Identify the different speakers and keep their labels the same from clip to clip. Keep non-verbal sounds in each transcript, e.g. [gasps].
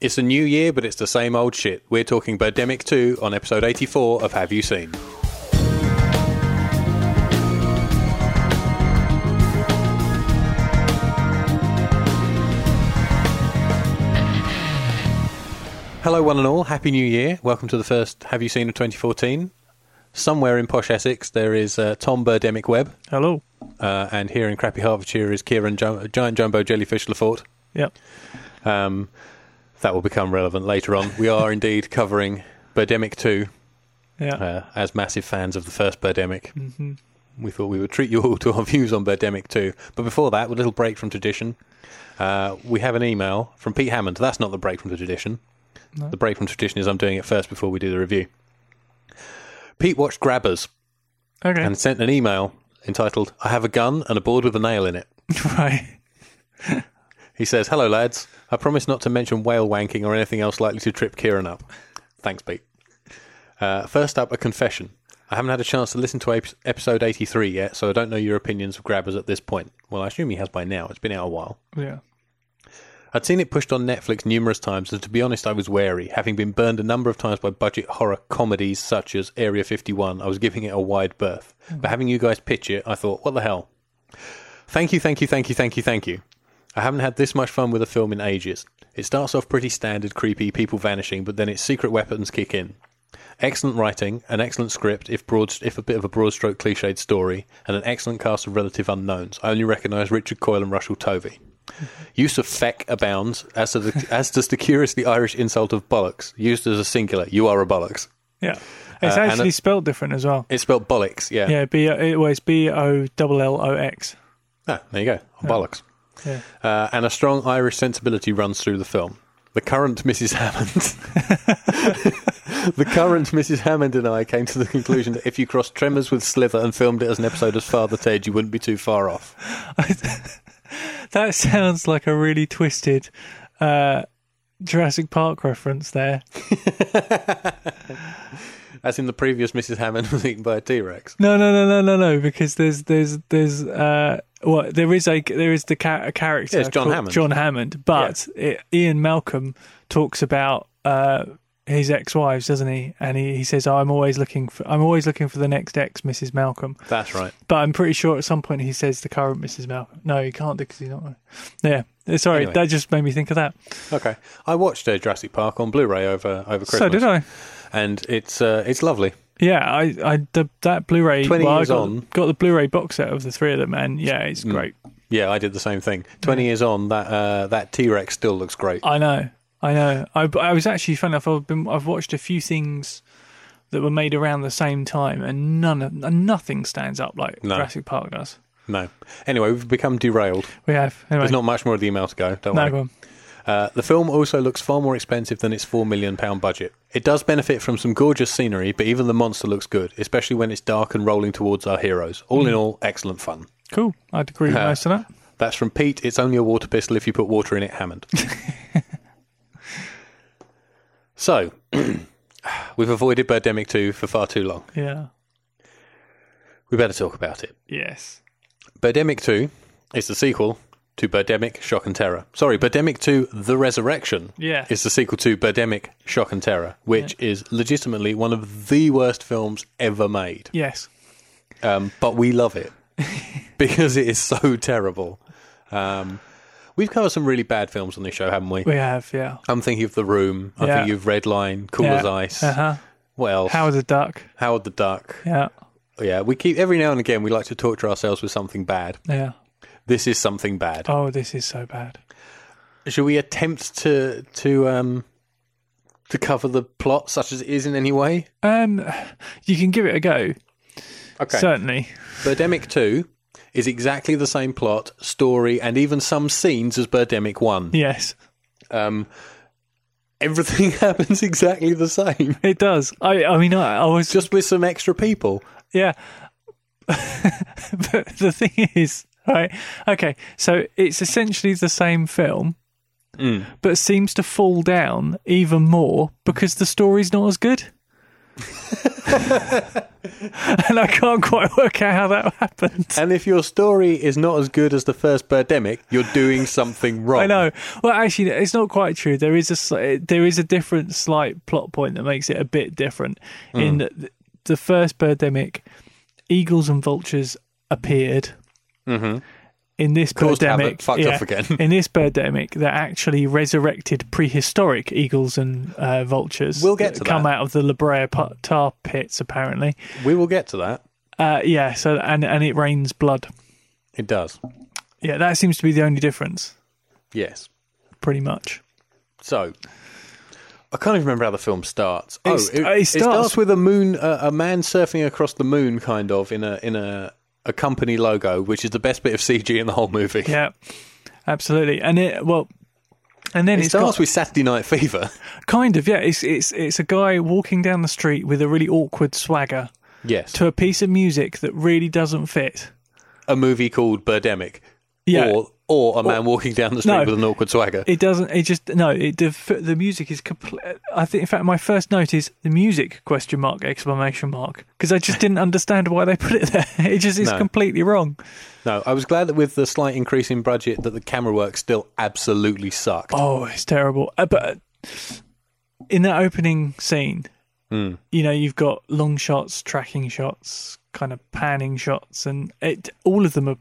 Speaker 1: It's a new year, but it's the same old shit. We're talking Birdemic 2 on episode 84 of Have You Seen? Hello, one and all. Happy New Year. Welcome to the first Have You Seen of 2014. Somewhere in posh Essex, there is uh, Tom Birdemic Webb,
Speaker 2: Hello.
Speaker 1: uh, and here in crappy Hertfordshire is Kieran Jum- Giant Jumbo Jellyfish Lafort.
Speaker 2: Yep.
Speaker 1: Um, that will become relevant later on. We are indeed covering Birdemic 2
Speaker 2: Yeah.
Speaker 1: uh, as massive fans of the first Birdemic. Mm-hmm. We thought we would treat you all to our [laughs] views on Birdemic 2. But before that, with a little break from tradition, uh, we have an email from Pete Hammond. That's not the break from the tradition. The break from tradition is I'm doing it first before we do the review. Pete watched Grabbers
Speaker 2: okay.
Speaker 1: and sent an email entitled, I have a gun and a board with a nail in it.
Speaker 2: [laughs] right.
Speaker 1: He says, Hello, lads. I promise not to mention whale wanking or anything else likely to trip Kieran up. Thanks, Pete. Uh, first up, a confession. I haven't had a chance to listen to ep- episode 83 yet, so I don't know your opinions of grabbers at this point. Well, I assume he has by now. It's been out a while.
Speaker 2: Yeah.
Speaker 1: I'd seen it pushed on Netflix numerous times, and to be honest, I was wary. Having been burned a number of times by budget horror comedies such as Area 51, I was giving it a wide berth. But having you guys pitch it, I thought, what the hell? Thank you, thank you, thank you, thank you, thank you. I haven't had this much fun with a film in ages. It starts off pretty standard, creepy, people vanishing, but then its secret weapons kick in. Excellent writing, an excellent script, if broad, if a bit of a broad stroke cliched story, and an excellent cast of relative unknowns. I only recognise Richard Coyle and Russell Tovey. Use of feck abounds, as, to the, as does the curiously Irish insult of bollocks, used as a singular. You are a bollocks.
Speaker 2: Yeah. It's
Speaker 1: Uh, and
Speaker 2: actually
Speaker 1: it-
Speaker 2: spelled different as well.
Speaker 1: It's spelled bollocks, yeah.
Speaker 2: Yeah. B. uh, It was B O double L O X.
Speaker 1: Ah, there you go, bollocks.
Speaker 2: Yeah.
Speaker 1: Uh, and a strong Irish sensibility runs through the film. The current Mrs. Hammond, [laughs] the current Mrs. Hammond and I came to the conclusion that if you crossed Tremors with Slither and filmed it as an episode of Father Ted, you wouldn't be too far off.
Speaker 2: That [laughs] sounds like a really twisted uh, Jurassic Park reference there.
Speaker 1: As in the previous Mrs. Hammond [laughs] was eaten by a T Rex.
Speaker 2: No, no, no, no, no, no. Because there's there's there's uh, well, there is a there is the ca- a character
Speaker 1: Yeah, it's John
Speaker 2: called
Speaker 1: Hammond.
Speaker 2: John Hammond, but it, Ian Malcolm talks about uh, his ex-wives, doesn't he? And he, he says, "Oh, "I'm always looking for I'm always looking for the next ex, Mrs. Malcolm."
Speaker 1: That's right.
Speaker 2: But I'm pretty sure at some point he says the current Mrs. Malcolm. No, he can't do because he's not. Yeah, sorry,
Speaker 1: Anyway.
Speaker 2: that just made me think of that.
Speaker 1: Okay, I watched uh, Jurassic Park on Blu-ray over over Christmas.
Speaker 2: So did I?
Speaker 1: and it's uh, it's lovely.
Speaker 2: Yeah, I, I the, that Blu-ray.
Speaker 1: 20
Speaker 2: well, I
Speaker 1: years
Speaker 2: got,
Speaker 1: on. Mm.
Speaker 2: got the Blu-ray box set of the three of them, and yeah, it's great.
Speaker 1: Yeah, I did the same thing. Twenty years on, that uh, that T Rex still looks great.
Speaker 2: I know, I know. I, I was actually funny enough. I've been I've watched a few things that were made around the same time, and none of nothing stands up like
Speaker 1: No.
Speaker 2: Jurassic Park does.
Speaker 1: No, anyway, we've become derailed.
Speaker 2: We have anyway.
Speaker 1: There's not much more of the email to go. Don't
Speaker 2: no
Speaker 1: worry.
Speaker 2: go on.
Speaker 1: Uh, the film also looks far more expensive than its four million pound budget. It does benefit from some gorgeous scenery, but even the monster looks good, especially when it's dark and rolling towards our heroes. All
Speaker 2: Mm.
Speaker 1: in all, excellent fun.
Speaker 2: Cool. I'd
Speaker 1: [laughs]
Speaker 2: agree with
Speaker 1: Uh,
Speaker 2: most of that.
Speaker 1: That's from Pete. It's only a water pistol if you put water in it,
Speaker 2: [laughs]
Speaker 1: Hammond. so, [clears throat] we've avoided Birdemic 2 for far too long.
Speaker 2: Yeah.
Speaker 1: We better talk about it.
Speaker 2: Yes.
Speaker 1: Birdemic 2 is the sequel to Birdemic Shock and Terror. Sorry, Birdemic 2 The Resurrection
Speaker 2: Yeah.
Speaker 1: is the sequel to Birdemic Shock and Terror, which is legitimately one of the worst films ever made.
Speaker 2: Yes.
Speaker 1: um, but we love
Speaker 2: [laughs]
Speaker 1: it because it is so terrible. Um, we've covered some really bad films on this show, haven't we?
Speaker 2: We have. Yeah.
Speaker 1: I'm thinking of The Room. I
Speaker 2: Yeah.
Speaker 1: think you've Red Line, Cool
Speaker 2: yeah.
Speaker 1: as Ice.
Speaker 2: Uh huh.
Speaker 1: What else?
Speaker 2: Howard the Duck.
Speaker 1: Howard the Duck.
Speaker 2: Yeah.
Speaker 1: Yeah, we keep every now and again we like to torture ourselves with something bad.
Speaker 2: Yeah.
Speaker 1: This is something bad.
Speaker 2: Oh, this is so bad.
Speaker 1: Should we attempt to to um to cover the plot such as it is in any way?
Speaker 2: Um, you can give it a go.
Speaker 1: Okay.
Speaker 2: Certainly.
Speaker 1: Birdemic 2 is exactly the same plot, story and even some scenes as Birdemic 1.
Speaker 2: Yes,
Speaker 1: um, everything [laughs] happens exactly the same,
Speaker 2: it does. I. I mean, I, I was.
Speaker 1: just with some extra people.
Speaker 2: Yeah. [laughs] but the thing is, right? Okay, so it's essentially the same film, but seems to fall down even more because the story's not as good. [laughs] and I can't quite work out how that happened.
Speaker 1: And if your story is not as good as the first Birdemic, you're doing something wrong.
Speaker 2: [laughs] I know. Well, actually, it's not quite true. There is a sli- there is a different slight plot point that makes it a bit different.
Speaker 1: Hmm.
Speaker 2: In that th- the first Birdemic, eagles and vultures appeared. Mm-hmm. In this
Speaker 1: Caused
Speaker 2: Birdemic,
Speaker 1: havoc, fucked off again.
Speaker 2: in this Birdemic, that actually resurrected prehistoric eagles and uh, vultures.
Speaker 1: We'll get to
Speaker 2: that come
Speaker 1: that.
Speaker 2: out of the La Brea pa- tar pits, apparently.
Speaker 1: We will get to that.
Speaker 2: Uh, yeah. So and and it rains blood.
Speaker 1: It does.
Speaker 2: Yeah, that seems to be the only difference,
Speaker 1: Yes.
Speaker 2: pretty much.
Speaker 1: So I can't even remember how the film starts. Oh,
Speaker 2: It's-
Speaker 1: it,
Speaker 2: it
Speaker 1: it starts,
Speaker 2: starts-
Speaker 1: with a moon, uh, a man surfing across the moon, kind of in a in a a company logo, which is the best bit of CG in the whole movie.
Speaker 2: Yeah, absolutely. And it well, and then
Speaker 1: It
Speaker 2: it's
Speaker 1: starts
Speaker 2: got-
Speaker 1: with Saturday Night Fever.
Speaker 2: kind of yeah. It's it's it's a guy walking down the street with a really awkward swagger
Speaker 1: Yes,
Speaker 2: to a piece of music that really doesn't fit.
Speaker 1: a movie called Birdemic.
Speaker 2: Yeah.
Speaker 1: Or, or a man walking down the street
Speaker 2: No.
Speaker 1: with an awkward swagger.
Speaker 2: It doesn't. It just no. It def- the music is complete. I think in fact my first note is the music question mark exclamation mark because
Speaker 1: [laughs]
Speaker 2: I just didn't understand why they put it there. [laughs] It just is
Speaker 1: No.
Speaker 2: completely wrong.
Speaker 1: No, I was glad that with the slight increase in budget that the camera work still absolutely sucked.
Speaker 2: Oh, it's terrible. Uh, but uh, in that opening scene, you know, you've got long shots, tracking shots, kind of panning shots, and it all of them are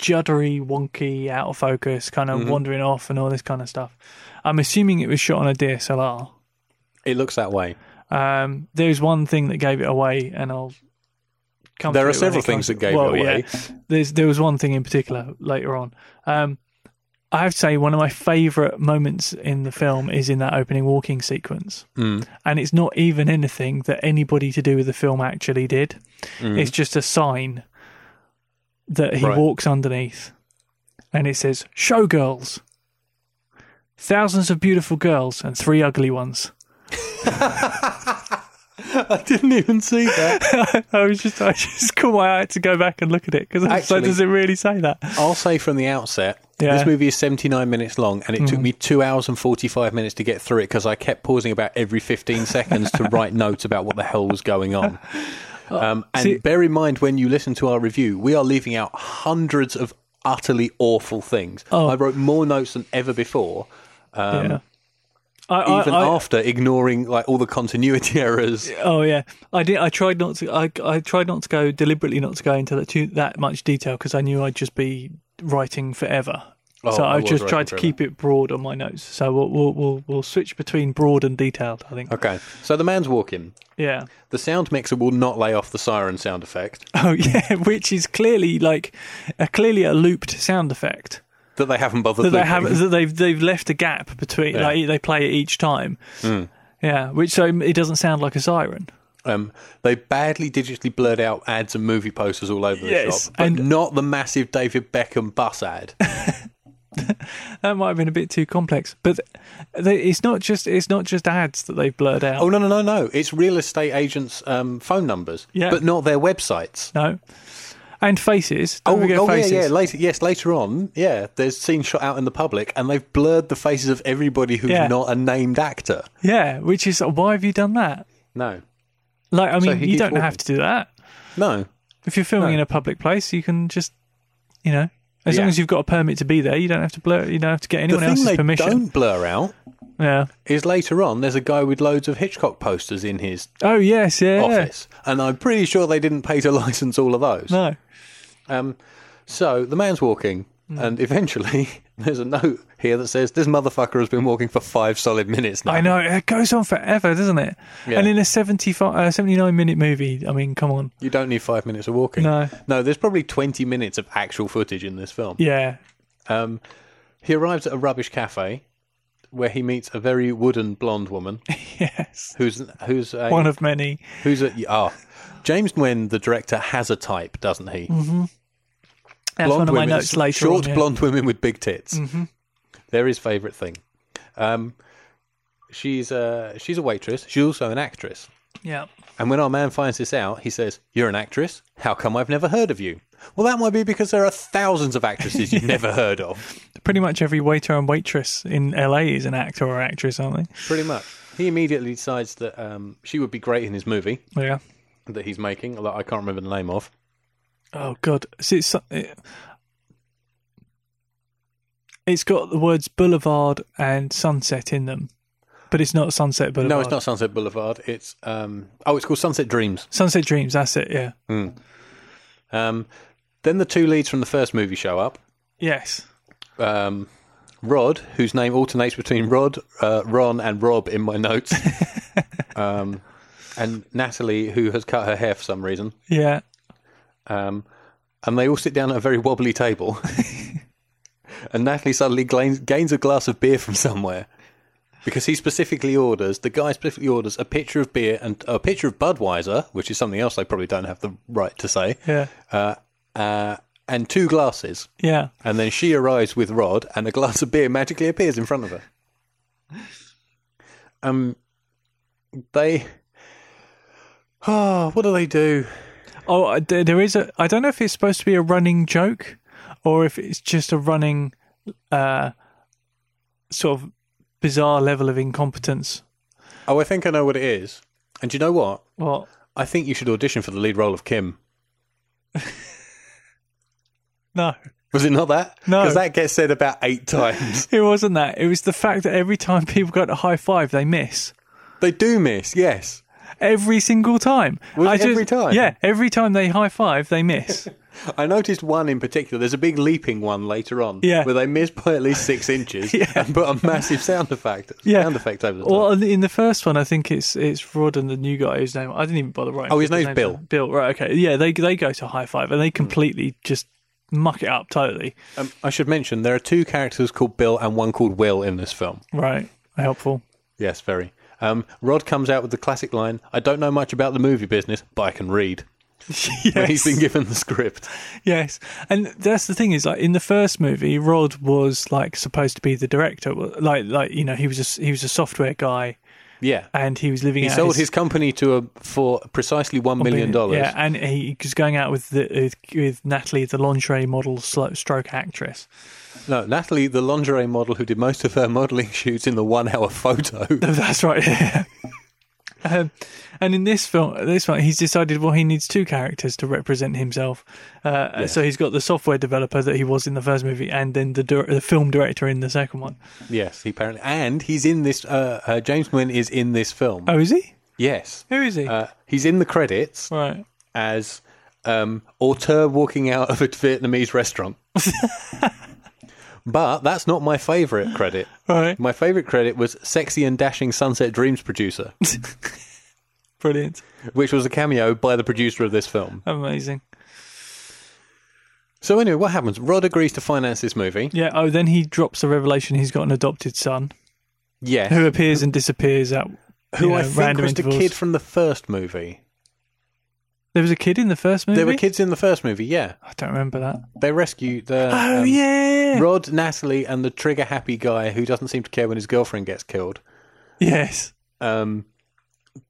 Speaker 2: juddery, wonky, out of focus, kind of wandering off, and all this kind of stuff. I'm assuming it was shot on a DSLR.
Speaker 1: It looks that way.
Speaker 2: Um, there's one thing that gave it away, and I'll come.
Speaker 1: There
Speaker 2: to
Speaker 1: are
Speaker 2: it when
Speaker 1: several
Speaker 2: it comes
Speaker 1: things
Speaker 2: to-
Speaker 1: that gave it
Speaker 2: well,
Speaker 1: away.
Speaker 2: Yeah. There's there was one thing in particular later on. Um, I have to say one of my favourite moments in the film is in that opening walking sequence, mm. and it's not even anything that anybody to do with the film actually did. It's just a sign that he
Speaker 1: Mm. Right.
Speaker 2: walks underneath, and it says "Showgirls." Thousands of beautiful girls and three ugly ones.
Speaker 1: I didn't even see that.
Speaker 2: I was just, I just caught my eye to go back and look at it because I was like,
Speaker 1: Actually-
Speaker 2: does it really say that?
Speaker 1: I'll say from the outset,
Speaker 2: Yeah. Mm.
Speaker 1: this movie is 79 minutes long and it took me 2 hours and 45 minutes to get through it because I kept pausing about every 15 seconds to
Speaker 2: [laughs]
Speaker 1: write notes about what the hell was going on. Um, and
Speaker 2: Uh, see-
Speaker 1: bear in mind when you listen to our review, we are leaving out hundreds of utterly awful things.
Speaker 2: Oh.
Speaker 1: I wrote more notes than ever before.
Speaker 2: yeah. I, I,
Speaker 1: um, even
Speaker 2: I-
Speaker 1: after ignoring like all the continuity [laughs] errors.
Speaker 2: oh yeah, I did. I tried not to. I, I tried not to go deliberately not to go into that too, that much detail because I knew I'd just be writing forever.
Speaker 1: Oh,
Speaker 2: so
Speaker 1: I
Speaker 2: I,
Speaker 1: was
Speaker 2: just
Speaker 1: writing
Speaker 2: tried to
Speaker 1: forever.
Speaker 2: keep it broad on my notes. So we'll we'll we'll, we'll switch between broad and detailed. I think.
Speaker 1: Okay, so the man's walking.
Speaker 2: Yeah. [laughs]
Speaker 1: The sound mixer will not lay off the siren sound effect
Speaker 2: Oh yeah, which is clearly like a clearly a looped sound effect.
Speaker 1: that they haven't bothered.
Speaker 2: that they
Speaker 1: looping.
Speaker 2: have that they've they've left a gap between
Speaker 1: Yeah. Hmm.
Speaker 2: like they play it each time. Yeah, which so it doesn't sound like a siren.
Speaker 1: Um, they badly digitally blurred out ads and movie posters all over the
Speaker 2: Yes,
Speaker 1: shop, but
Speaker 2: and-
Speaker 1: not the massive David Beckham bus ad. [laughs]
Speaker 2: That might have been a bit too complex, but they, it's not just it's not just ads that they've blurred out.
Speaker 1: oh no, no, no, no! It's real estate agents' um, phone numbers,
Speaker 2: Yeah.
Speaker 1: but not their websites.
Speaker 2: No, and faces. Don't
Speaker 1: oh,
Speaker 2: forget
Speaker 1: oh,
Speaker 2: faces.
Speaker 1: yeah, yeah. Later, yes, later on, yeah. There's scenes shot out in the public, and they've blurred the faces of everybody who's
Speaker 2: Yeah.
Speaker 1: not a named actor.
Speaker 2: Yeah, which is why have you done that?
Speaker 1: No,
Speaker 2: Like, I mean,
Speaker 1: he
Speaker 2: you
Speaker 1: keeps
Speaker 2: don't have
Speaker 1: walking.
Speaker 2: to do that.
Speaker 1: no.
Speaker 2: If you're filming
Speaker 1: No.
Speaker 2: in a public place, you can just, you know, as
Speaker 1: Yeah.
Speaker 2: long as you've got a permit to be there, you don't have to blur. You don't have to get
Speaker 1: The
Speaker 2: anyone
Speaker 1: thing
Speaker 2: else's
Speaker 1: they
Speaker 2: permission.
Speaker 1: don't blur out
Speaker 2: Yeah.
Speaker 1: is later on. There's a guy with loads of Hitchcock posters in his
Speaker 2: Oh yes, yeah.
Speaker 1: office, and I'm pretty sure they didn't pay to [laughs] license all of those.
Speaker 2: No.
Speaker 1: Um, so the man's walking,
Speaker 2: Hmm.
Speaker 1: and eventually [laughs] there's a note here that says this motherfucker has been walking for five solid minutes now.
Speaker 2: I know it goes on forever, doesn't it?
Speaker 1: Yeah.
Speaker 2: And in a 75, uh, 79 minute movie, I mean, come on,
Speaker 1: You don't need five minutes of walking.
Speaker 2: No.
Speaker 1: no. There's probably 20 minutes of actual footage in this film.
Speaker 2: yeah, [laughs]
Speaker 1: Um, he arrives at a rubbish cafe where he meets a very wooden blonde woman
Speaker 2: yes,
Speaker 1: who's who's a,
Speaker 2: [laughs] one of many.
Speaker 1: Who's a ah? James Nguyen, the director, has a type, doesn't
Speaker 2: Mm.
Speaker 1: he?
Speaker 2: That's one of my
Speaker 1: women,
Speaker 2: notes later.
Speaker 1: Short
Speaker 2: on, yeah. Mm-hmm.
Speaker 1: blonde women with big tits. They're his favourite thing. Um, she's a she's a waitress. She's also an actress.
Speaker 2: yeah,
Speaker 1: And when our man finds this out, he says, "You're an actress. How come I've never heard of you?" Well, that might be because there are thousands of actresses
Speaker 2: [laughs]
Speaker 1: you've never heard of.
Speaker 2: Pretty much every waiter and waitress in LA is an actor or actress, aren't
Speaker 1: Pretty much. He immediately decides that um, she would be great in his movie
Speaker 2: they? Yeah.
Speaker 1: that he's making, that I can't remember the name of.
Speaker 2: Oh God, See, it's it, it's got the words boulevard and sunset in them, but it's not Sunset Boulevard.
Speaker 1: No, it's not Sunset Boulevard. It's um, oh, it's called Sunset Dreams.
Speaker 2: Sunset Dreams. That's it. Yeah.
Speaker 1: Hmm. Um, then the two leads from the first movie show up.
Speaker 2: Yes.
Speaker 1: Um, Rod, whose name alternates between Rod, uh, Ron, and Rob in my notes, um, and Natalie, who has cut her hair for some reason.
Speaker 2: Yeah.
Speaker 1: Um, and they all sit down at a very wobbly table. and Natalie suddenly gains, gains a glass of beer from somewhere because he specifically orders the guy specifically orders a pitcher of beer and a pitcher of Budweiser, which is something else they probably don't have the right to say,
Speaker 2: Yeah.
Speaker 1: uh, uh, and two glasses.
Speaker 2: Yeah.
Speaker 1: And then she arrives with Rod, and a glass of beer magically appears in front of her. Um, they. Oh, what do they do?
Speaker 2: Oh, I- there there is a. I don't know if it's supposed to be a running joke or if it's just a running, uh, sort of bizarre level of incompetence.
Speaker 1: Oh, I think I know what it is. And do you know what?
Speaker 2: Well,
Speaker 1: I think you should audition for the lead role of Kim.
Speaker 2: no,
Speaker 1: Was it not that?
Speaker 2: No.
Speaker 1: Because that gets said about eight times.
Speaker 2: it wasn't that. It was the fact that every time people go to high five, they miss.
Speaker 1: [laughs] they do miss, yes.
Speaker 2: Every single time.
Speaker 1: Was it every time?
Speaker 2: Yeah, every time they high five,
Speaker 1: [laughs]
Speaker 2: they miss.
Speaker 1: I noticed one in particular. There's a big leaping one later on
Speaker 2: Yeah.
Speaker 1: where they miss by at least six [laughs] inches and put a massive sound effect,
Speaker 2: Yeah.
Speaker 1: sound effect over the top.
Speaker 2: well, in the- in the first one, I think it's it's Rod and the new guy whose name I didn't even bother writing.
Speaker 1: Oh, his
Speaker 2: down.
Speaker 1: name's Bill. Hmm.
Speaker 2: Bill, right? Okay, yeah, they they go to high five and they completely just muck it up totally.
Speaker 1: Um, I should mention there are two characters called Bill and one called Will in this film.
Speaker 2: Right, [laughs] helpful.
Speaker 1: Yes, very. Um, Rod comes out with the classic line I don't know much about the movie business, but I can read. [laughs] When he's been given the script.
Speaker 2: Yes, and that's the thing is like in the first movie, Rod was like supposed to be the director, like like you know he was a, he was a software guy
Speaker 1: Yeah.
Speaker 2: and he was living.
Speaker 1: He
Speaker 2: out
Speaker 1: sold his, company to a, for precisely $1 million.
Speaker 2: Yeah, and he was going out with the with, with Natalie, the lingerie model, slo- stroke actress. [laughs]
Speaker 1: No, Natalie, the lingerie model who did most of her modelling [laughs] shoots in the one hour photo.
Speaker 2: That's right. [laughs] Yeah. um, and in this film, this one, he's decided well he needs two characters to represent himself. Uh, So he's got the software developer that he was in the first movie, and then the dir- the film director in the second one.
Speaker 1: yes, he apparently. And he's in this. Uh, uh, James Gwynn is in this film.
Speaker 2: Oh, is he?
Speaker 1: Yes.
Speaker 2: Who is he?
Speaker 1: Uh, he's in the credits
Speaker 2: right.
Speaker 1: as um, auteur walking out of a Vietnamese restaurant. but that's not my favourite credit.
Speaker 2: Right.
Speaker 1: My favourite credit was Sexy and Dashing Sunset Dreams producer,
Speaker 2: Brilliant.
Speaker 1: which was a cameo by the producer of this film.
Speaker 2: Amazing.
Speaker 1: So, anyway, what happens? Rod agrees to finance this movie.
Speaker 2: Yeah. Oh, then he drops the revelation he's got an adopted son
Speaker 1: Yes.
Speaker 2: who appears and disappears at
Speaker 1: who
Speaker 2: you
Speaker 1: I
Speaker 2: know,
Speaker 1: think
Speaker 2: random
Speaker 1: was
Speaker 2: intervals.
Speaker 1: the kid from the first movie.
Speaker 2: There was a kid in the first movie.
Speaker 1: There were kids in the first movie, yeah.
Speaker 2: I don't remember that.
Speaker 1: They rescue the
Speaker 2: Oh
Speaker 1: um,
Speaker 2: yeah.
Speaker 1: Rod, Natalie, and the trigger happy guy who doesn't seem to care when his girlfriend gets killed.
Speaker 2: yes.
Speaker 1: Um,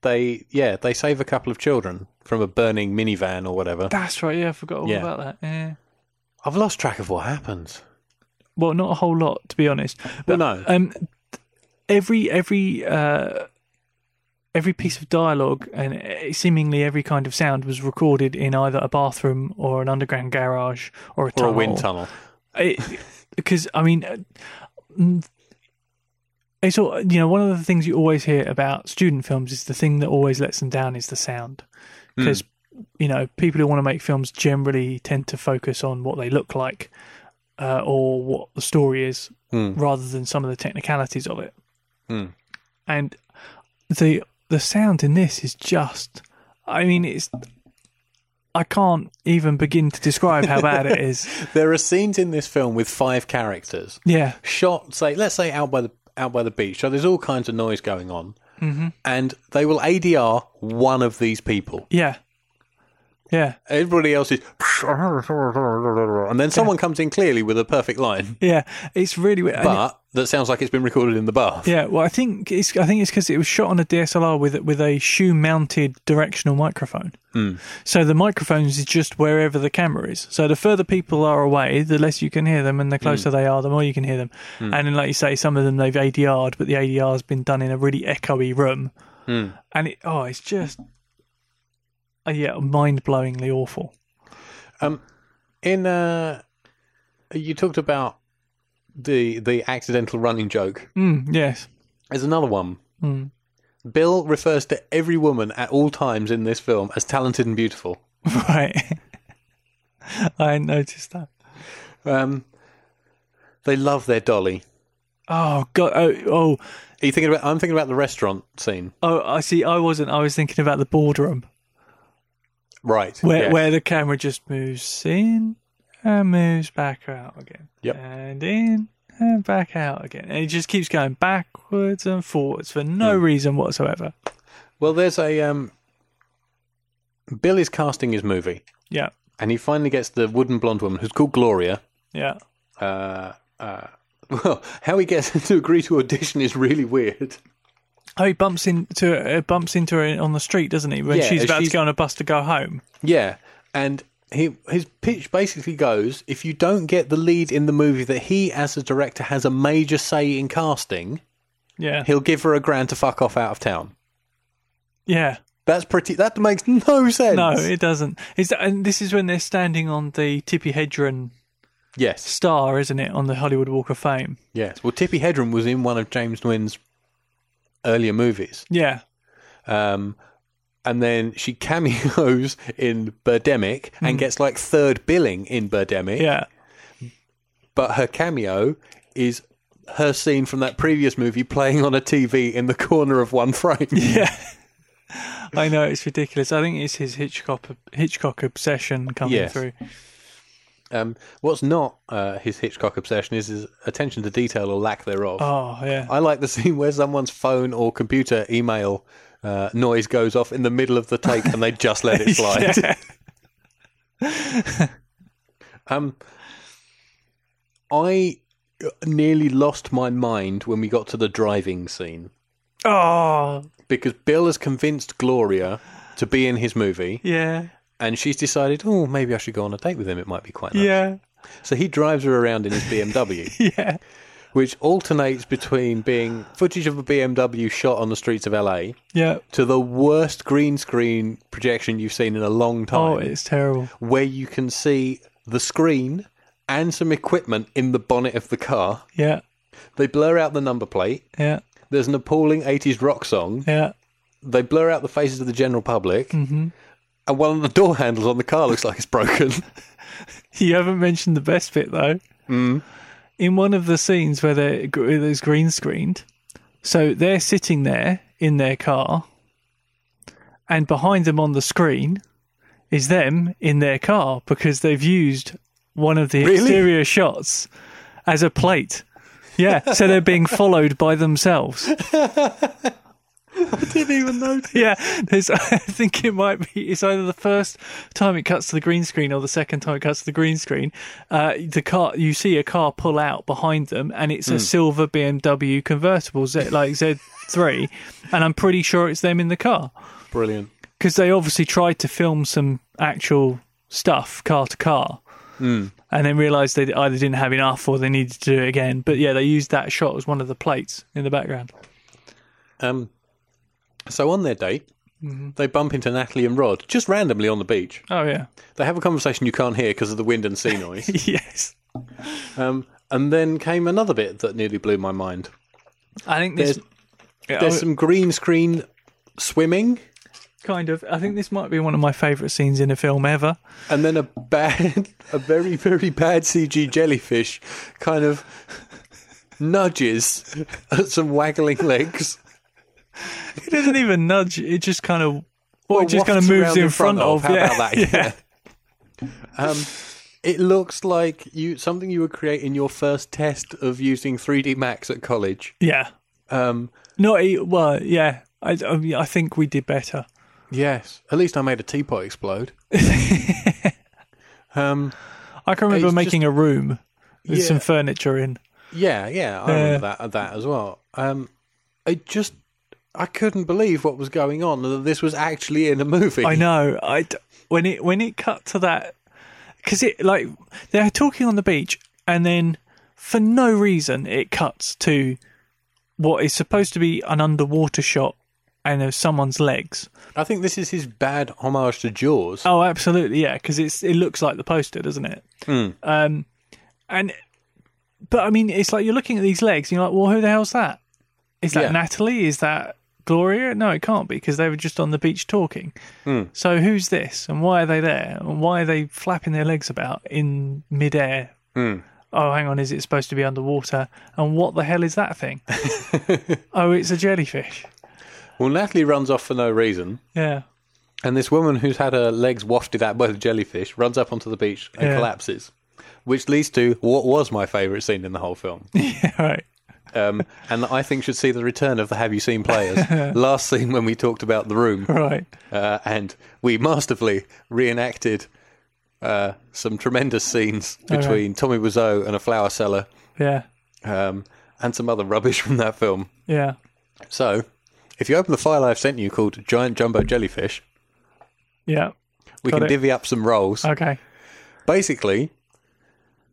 Speaker 1: they yeah, they save a couple of children from a burning minivan or whatever.
Speaker 2: That's right. Yeah, I forgot all
Speaker 1: Yeah.
Speaker 2: about that. Yeah.
Speaker 1: I've lost track of what happens.
Speaker 2: Well, not a whole lot to be honest.
Speaker 1: Well, no,
Speaker 2: Um, every every uh, every piece of dialogue and eh, seemingly every kind of sound was recorded in either a bathroom or an underground garage or a
Speaker 1: or
Speaker 2: tunnel.
Speaker 1: a wind tunnel.
Speaker 2: because I mean, uh, mm, it's all you know. One of the things you always hear about student films is the thing that always lets them down is the sound, because you know people who want to make films generally tend to focus on what they look like uh, or what the story is, rather than some of the technicalities of it. And the the sound in this is just, I mean, it's. I can't even begin to describe how bad it
Speaker 1: [laughs]
Speaker 2: is.
Speaker 1: There are scenes in this film with five characters
Speaker 2: Yeah.
Speaker 1: shot. Say, let's say out by the out by the beach. So there's all kinds of noise going on, mm-hmm. and they will ADR one of these people.
Speaker 2: Yeah. Yeah.
Speaker 1: Everybody else is, and then someone comes in clearly with a perfect line,
Speaker 2: Yeah. It's really weird. And it-
Speaker 1: but that sounds like it's been recorded in the bath.
Speaker 2: yeah, well, I think it's I think it's because it was shot on a DSLR with with a shoe-mounted directional microphone. So the microphones is just wherever the camera is. So the further people are away, the less you can hear them, and the closer they are, the more you can hear them. And then, like you say, some of them they've ADR'd, but the ADR's been done in a really echoey room, and it oh, it's just uh, yeah, mind-blowingly awful.
Speaker 1: In uh, you talked about the the accidental running joke.
Speaker 2: Mm, yes, [laughs]
Speaker 1: There's another one.
Speaker 2: Hmm.
Speaker 1: Bill refers to every woman at all times in this film as talented and beautiful.
Speaker 2: right. [laughs] I hadn't noticed that.
Speaker 1: Um, they love their dolly.
Speaker 2: Oh god! Oh, oh
Speaker 1: Are you thinking about? I'm thinking about the restaurant scene,
Speaker 2: Oh, I see. I wasn't. I was thinking about the boardroom
Speaker 1: right?
Speaker 2: where
Speaker 1: yeah.
Speaker 2: where the camera just moves in and moves back out again.
Speaker 1: Yep.
Speaker 2: And in and back out again. And it just keeps going backwards and forwards for
Speaker 1: Hmm.
Speaker 2: no reason whatsoever.
Speaker 1: Well, there's a um, Bill is casting his movie,
Speaker 2: Yeah.
Speaker 1: and he finally gets the wooden blonde woman who's called Gloria. [laughs]
Speaker 2: Yeah.
Speaker 1: Uh, uh, well, how he gets [laughs] her to agree to audition is really weird.
Speaker 2: Oh, he bumps into uh, bumps into her on the street, doesn't he? When
Speaker 1: Yeah,
Speaker 2: she's about
Speaker 1: she's-
Speaker 2: to go on a bus to go home.
Speaker 1: Yeah, and he his pitch basically goes: if you don't get the lead in the movie that he, as a director, has a major say in casting,
Speaker 2: Yeah.
Speaker 1: he'll give her a grand to fuck off out of town.
Speaker 2: Yeah.
Speaker 1: That's pretty. That makes no sense.
Speaker 2: No, it doesn't. Is that, and this is when they're standing on the Tippy Hedron
Speaker 1: yes,
Speaker 2: star, isn't it, on the Hollywood Walk of Fame?
Speaker 1: yes. Well, Tippy Hedren was in one of James Wynn's earlier movies,
Speaker 2: Yeah.
Speaker 1: um, and then she cameos [laughs] in Birdemic and gets like third billing in Birdemic.
Speaker 2: Hmm. Yeah.
Speaker 1: but her cameo is her scene from that previous movie playing on a TV in the corner of one frame.
Speaker 2: [laughs] Yeah. I know it's ridiculous. I think it's his Hitchcock Hitchcock obsession coming
Speaker 1: Yes.
Speaker 2: through.
Speaker 1: Um, what's not uh, his Hitchcock obsession is his attention to detail or lack thereof.
Speaker 2: Oh yeah,
Speaker 1: I like the scene where someone's phone or computer email uh, noise goes off in the middle of the take and they just let
Speaker 2: [laughs]
Speaker 1: it slide.
Speaker 2: Yeah.
Speaker 1: Um, I nearly lost my mind when we got to the driving scene
Speaker 2: Oh
Speaker 1: because Bill has convinced Gloria to be in his movie.
Speaker 2: yeah,
Speaker 1: and she's decided, oh, maybe I should go on a date with him. It might be quite nice.
Speaker 2: yeah, [laughs]
Speaker 1: So he drives her around in his [laughs] BMW,
Speaker 2: yeah,
Speaker 1: which alternates between being footage of a BMW shot on the streets of LA
Speaker 2: yeah.
Speaker 1: to the worst green screen projection you've seen in a long time,
Speaker 2: Oh, it's terrible.
Speaker 1: where you can see the screen and some equipment in the bonnet of the car.
Speaker 2: Yeah,
Speaker 1: They blur out the number plate.
Speaker 2: yeah,
Speaker 1: There's an appalling 80s rock song.
Speaker 2: yeah.
Speaker 1: They blur out the faces of the general public. And one of the door handles on the car looks like it's [laughs] broken.
Speaker 2: [laughs] You haven't mentioned the best bit though. Mm. In one of the scenes where they're where there's green screened, so they're sitting there in their car, and behind them on the screen is them in their car because they've used one of the
Speaker 1: Really?
Speaker 2: exterior shots as a plate. Yeah, so they're being followed by themselves.
Speaker 1: Didn't even notice.
Speaker 2: [laughs] Yeah, there's, I think it might be. It's either the first time it cuts to the green screen or the second time it cuts to the green screen. Uh, the car, you see a car pull out behind them, and it's
Speaker 1: Hmm.
Speaker 2: a silver BMW convertible, Z,
Speaker 1: [laughs]
Speaker 2: like Z3, and I'm pretty sure it's them in the car
Speaker 1: Brilliant.
Speaker 2: because they obviously tried to film some actual stuff, car to car.
Speaker 1: Hmm.
Speaker 2: And then realised they either didn't have enough or they needed to do it again. But yeah, they used that shot as one of the plates in the background.
Speaker 1: Um, so on their date, they bump into Natalie and Rod just randomly on the beach.
Speaker 2: Oh, yeah. [laughs]
Speaker 1: They have a conversation you can't hear because of the wind and sea noise.
Speaker 2: yes.
Speaker 1: Um, and then came another bit that nearly blew my mind.
Speaker 2: I think this.
Speaker 1: There's-
Speaker 2: Yeah,
Speaker 1: There's
Speaker 2: I-
Speaker 1: some green screen swimming,
Speaker 2: kind of. I think this might be one of my favourite scenes in a film ever.
Speaker 1: and then a bad, [laughs] a very very bad CG jellyfish, kind of nudges at some waggling legs.
Speaker 2: It doesn't even nudge. It just kind of, well,
Speaker 1: Or
Speaker 2: it just kind of
Speaker 1: wafts
Speaker 2: moves
Speaker 1: around
Speaker 2: in front, of.
Speaker 1: How
Speaker 2: yeah.
Speaker 1: about
Speaker 2: [laughs]
Speaker 1: that? Yeah. um, it looks like you something you would create in your first test of using 3D Max at college.
Speaker 2: Yeah. e,
Speaker 1: Um,
Speaker 2: No. It, well, yeah. I, I mean, I think we did better.
Speaker 1: Yes. At least I made a teapot explode. um,
Speaker 2: I can remember
Speaker 1: It's
Speaker 2: making a room with
Speaker 1: Yeah.
Speaker 2: some furniture in.
Speaker 1: yeah, yeah, I remember that that as well. Um, I just I couldn't believe what was going on and that this was actually in a movie.
Speaker 2: I know. I d- when it when it cut to that because it like they're talking on the beach and then for no reason it cuts to what is supposed to be an underwater shot and of someone's legs.
Speaker 1: I think this is his bad homage to Jaws.
Speaker 2: Oh, absolutely, yeah, because it's it looks like the poster, doesn't it? Um, and but I mean, it's like you're looking at these legs, and you're like, well, who the hell's that? Is that
Speaker 1: Yeah.
Speaker 2: Natalie? Is that Gloria? No, it can't be because they were just on the beach talking. So who's this, and why are they there, and why are they flapping their legs about in midair? Oh, hang on, is it supposed to be underwater? And what the hell is that thing? oh, it's a jellyfish.
Speaker 1: Well, Natalie runs off for no reason,
Speaker 2: Yeah. [laughs]
Speaker 1: and this woman who's had her legs wafted out by the jellyfish runs up onto the beach and
Speaker 2: Yeah.
Speaker 1: collapses, which leads to what was my favourite scene in the whole film.
Speaker 2: [laughs] yeah. Right.
Speaker 1: um, and that I think should see the return of the Have You Seen players.
Speaker 2: [laughs]
Speaker 1: Last scene when we talked about the room,
Speaker 2: Right.
Speaker 1: uh, and we masterfully reenacted uh, some tremendous scenes between Tommy Wiseau and a flower seller,
Speaker 2: Yeah.
Speaker 1: um, and some other rubbish [laughs] from that film.
Speaker 2: Yeah.
Speaker 1: So, if you open the file I've sent you called Giant Jumbo Jellyfish,
Speaker 2: Yeah.
Speaker 1: we
Speaker 2: Got
Speaker 1: can
Speaker 2: it.
Speaker 1: divvy up some roles.
Speaker 2: Okay.
Speaker 1: Basically,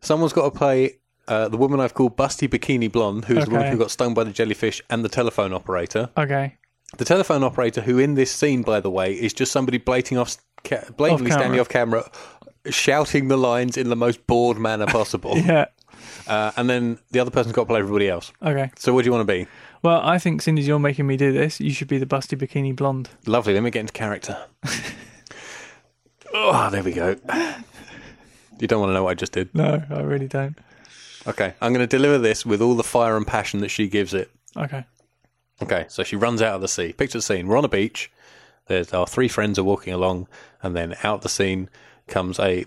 Speaker 1: someone's got to play. Uh, the woman I've called Busty Bikini Blonde, who's the woman
Speaker 2: Okay.
Speaker 1: who got stung by the jellyfish, and the telephone operator.
Speaker 2: Okay.
Speaker 1: The telephone operator, who in this scene, by the way, is just somebody blating off, ca- blatantly
Speaker 2: Off camera.
Speaker 1: standing off camera, shouting the lines in the most bored manner
Speaker 2: [laughs]
Speaker 1: possible.
Speaker 2: Yeah.
Speaker 1: uh, and then the other person's got to play everybody else.
Speaker 2: Okay.
Speaker 1: So, what do you want to be?
Speaker 2: Well, I think since you're making me do this, you should be the busty bikini blonde.
Speaker 1: Lovely. Let me get into character.
Speaker 2: [laughs]
Speaker 1: oh, there we go. You don't want to know what I just did.
Speaker 2: No, I really don't.
Speaker 1: Okay, I'm going to deliver this with all the fire and passion that she gives it.
Speaker 2: Okay.
Speaker 1: Okay, so she runs out of the sea. Picture the scene. We're on a beach. There's our three friends are walking along, and then out the scene comes a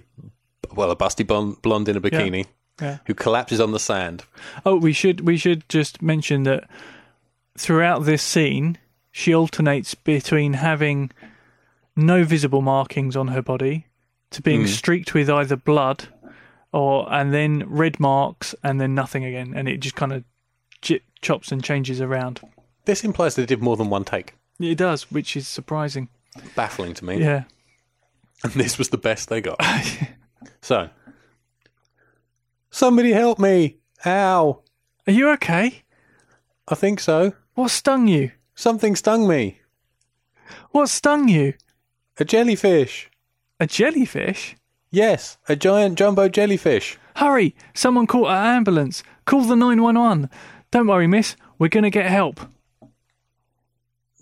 Speaker 1: well, a busty blonde, blonde in a bikini
Speaker 2: Yeah.
Speaker 1: who collapses on the sand.
Speaker 2: Oh, we should we should just mention that throughout this scene, she alternates between having no visible markings on her body to being streaked with either blood or and then red marks and then nothing again and it just kind of j- chops and changes around.
Speaker 1: This implies they did more than one take.
Speaker 2: It does, which is surprising.
Speaker 1: Baffling to me.
Speaker 2: Yeah.
Speaker 1: [laughs] And this was the best they
Speaker 2: [laughs]
Speaker 1: got. so, somebody help me! Ow!
Speaker 2: Are you okay?
Speaker 1: I think so.
Speaker 2: What stung you?
Speaker 1: Something stung me.
Speaker 2: What stung you?
Speaker 1: A jellyfish.
Speaker 2: A jellyfish?
Speaker 1: Yes, a giant jumbo jellyfish.
Speaker 2: Hurry! Someone call an ambulance. Call the 911. Don't worry, miss. We're going to get help.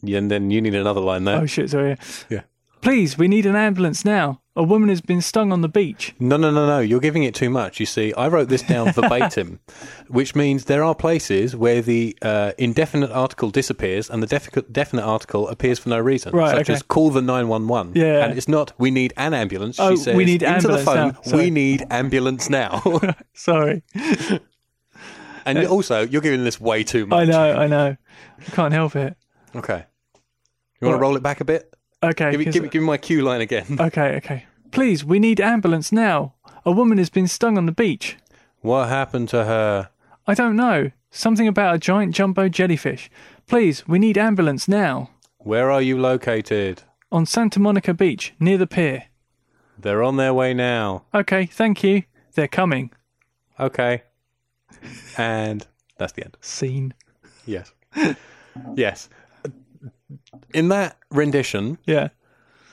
Speaker 1: Yeah, and then you need another line there.
Speaker 2: Oh, shit, sorry.
Speaker 1: Yeah.
Speaker 2: Please, we need an ambulance now. A woman has been stung on the beach.
Speaker 1: No, no, no, no. You're giving it too much. You see, I wrote this down
Speaker 2: [laughs]
Speaker 1: verbatim, which means there are places where the uh, indefinite article disappears and the defi- definite article appears for no reason.
Speaker 2: Right,
Speaker 1: Such
Speaker 2: okay.
Speaker 1: as call the 911.
Speaker 2: Yeah.
Speaker 1: And it's not, we need an ambulance.
Speaker 2: Oh,
Speaker 1: she says,
Speaker 2: we need
Speaker 1: into the
Speaker 2: ambulance
Speaker 1: phone,
Speaker 2: now. Sorry.
Speaker 1: we need ambulance
Speaker 2: [laughs]
Speaker 1: now.
Speaker 2: Sorry.
Speaker 1: and also, you're giving this way too
Speaker 2: I
Speaker 1: much.
Speaker 2: know, I know. I can't help it.
Speaker 1: Okay. You want to
Speaker 2: Right.
Speaker 1: roll it back a bit?
Speaker 2: Okay.
Speaker 1: Give me,
Speaker 2: 'cause-
Speaker 1: give me, give me my cue line again. [laughs]
Speaker 2: okay, okay. Please, we need ambulance now. A woman has been stung on the beach.
Speaker 1: what happened to her?
Speaker 2: I don't know. Something about a giant jumbo jellyfish. Please, we need ambulance now.
Speaker 1: Where are you located?
Speaker 2: On Santa Monica Beach, near the pier.
Speaker 1: They're on their way now.
Speaker 2: Okay, thank you. They're coming.
Speaker 1: Okay. And that's the end.
Speaker 2: Scene.
Speaker 1: Yes. [laughs] yes. In that rendition,
Speaker 2: Yeah.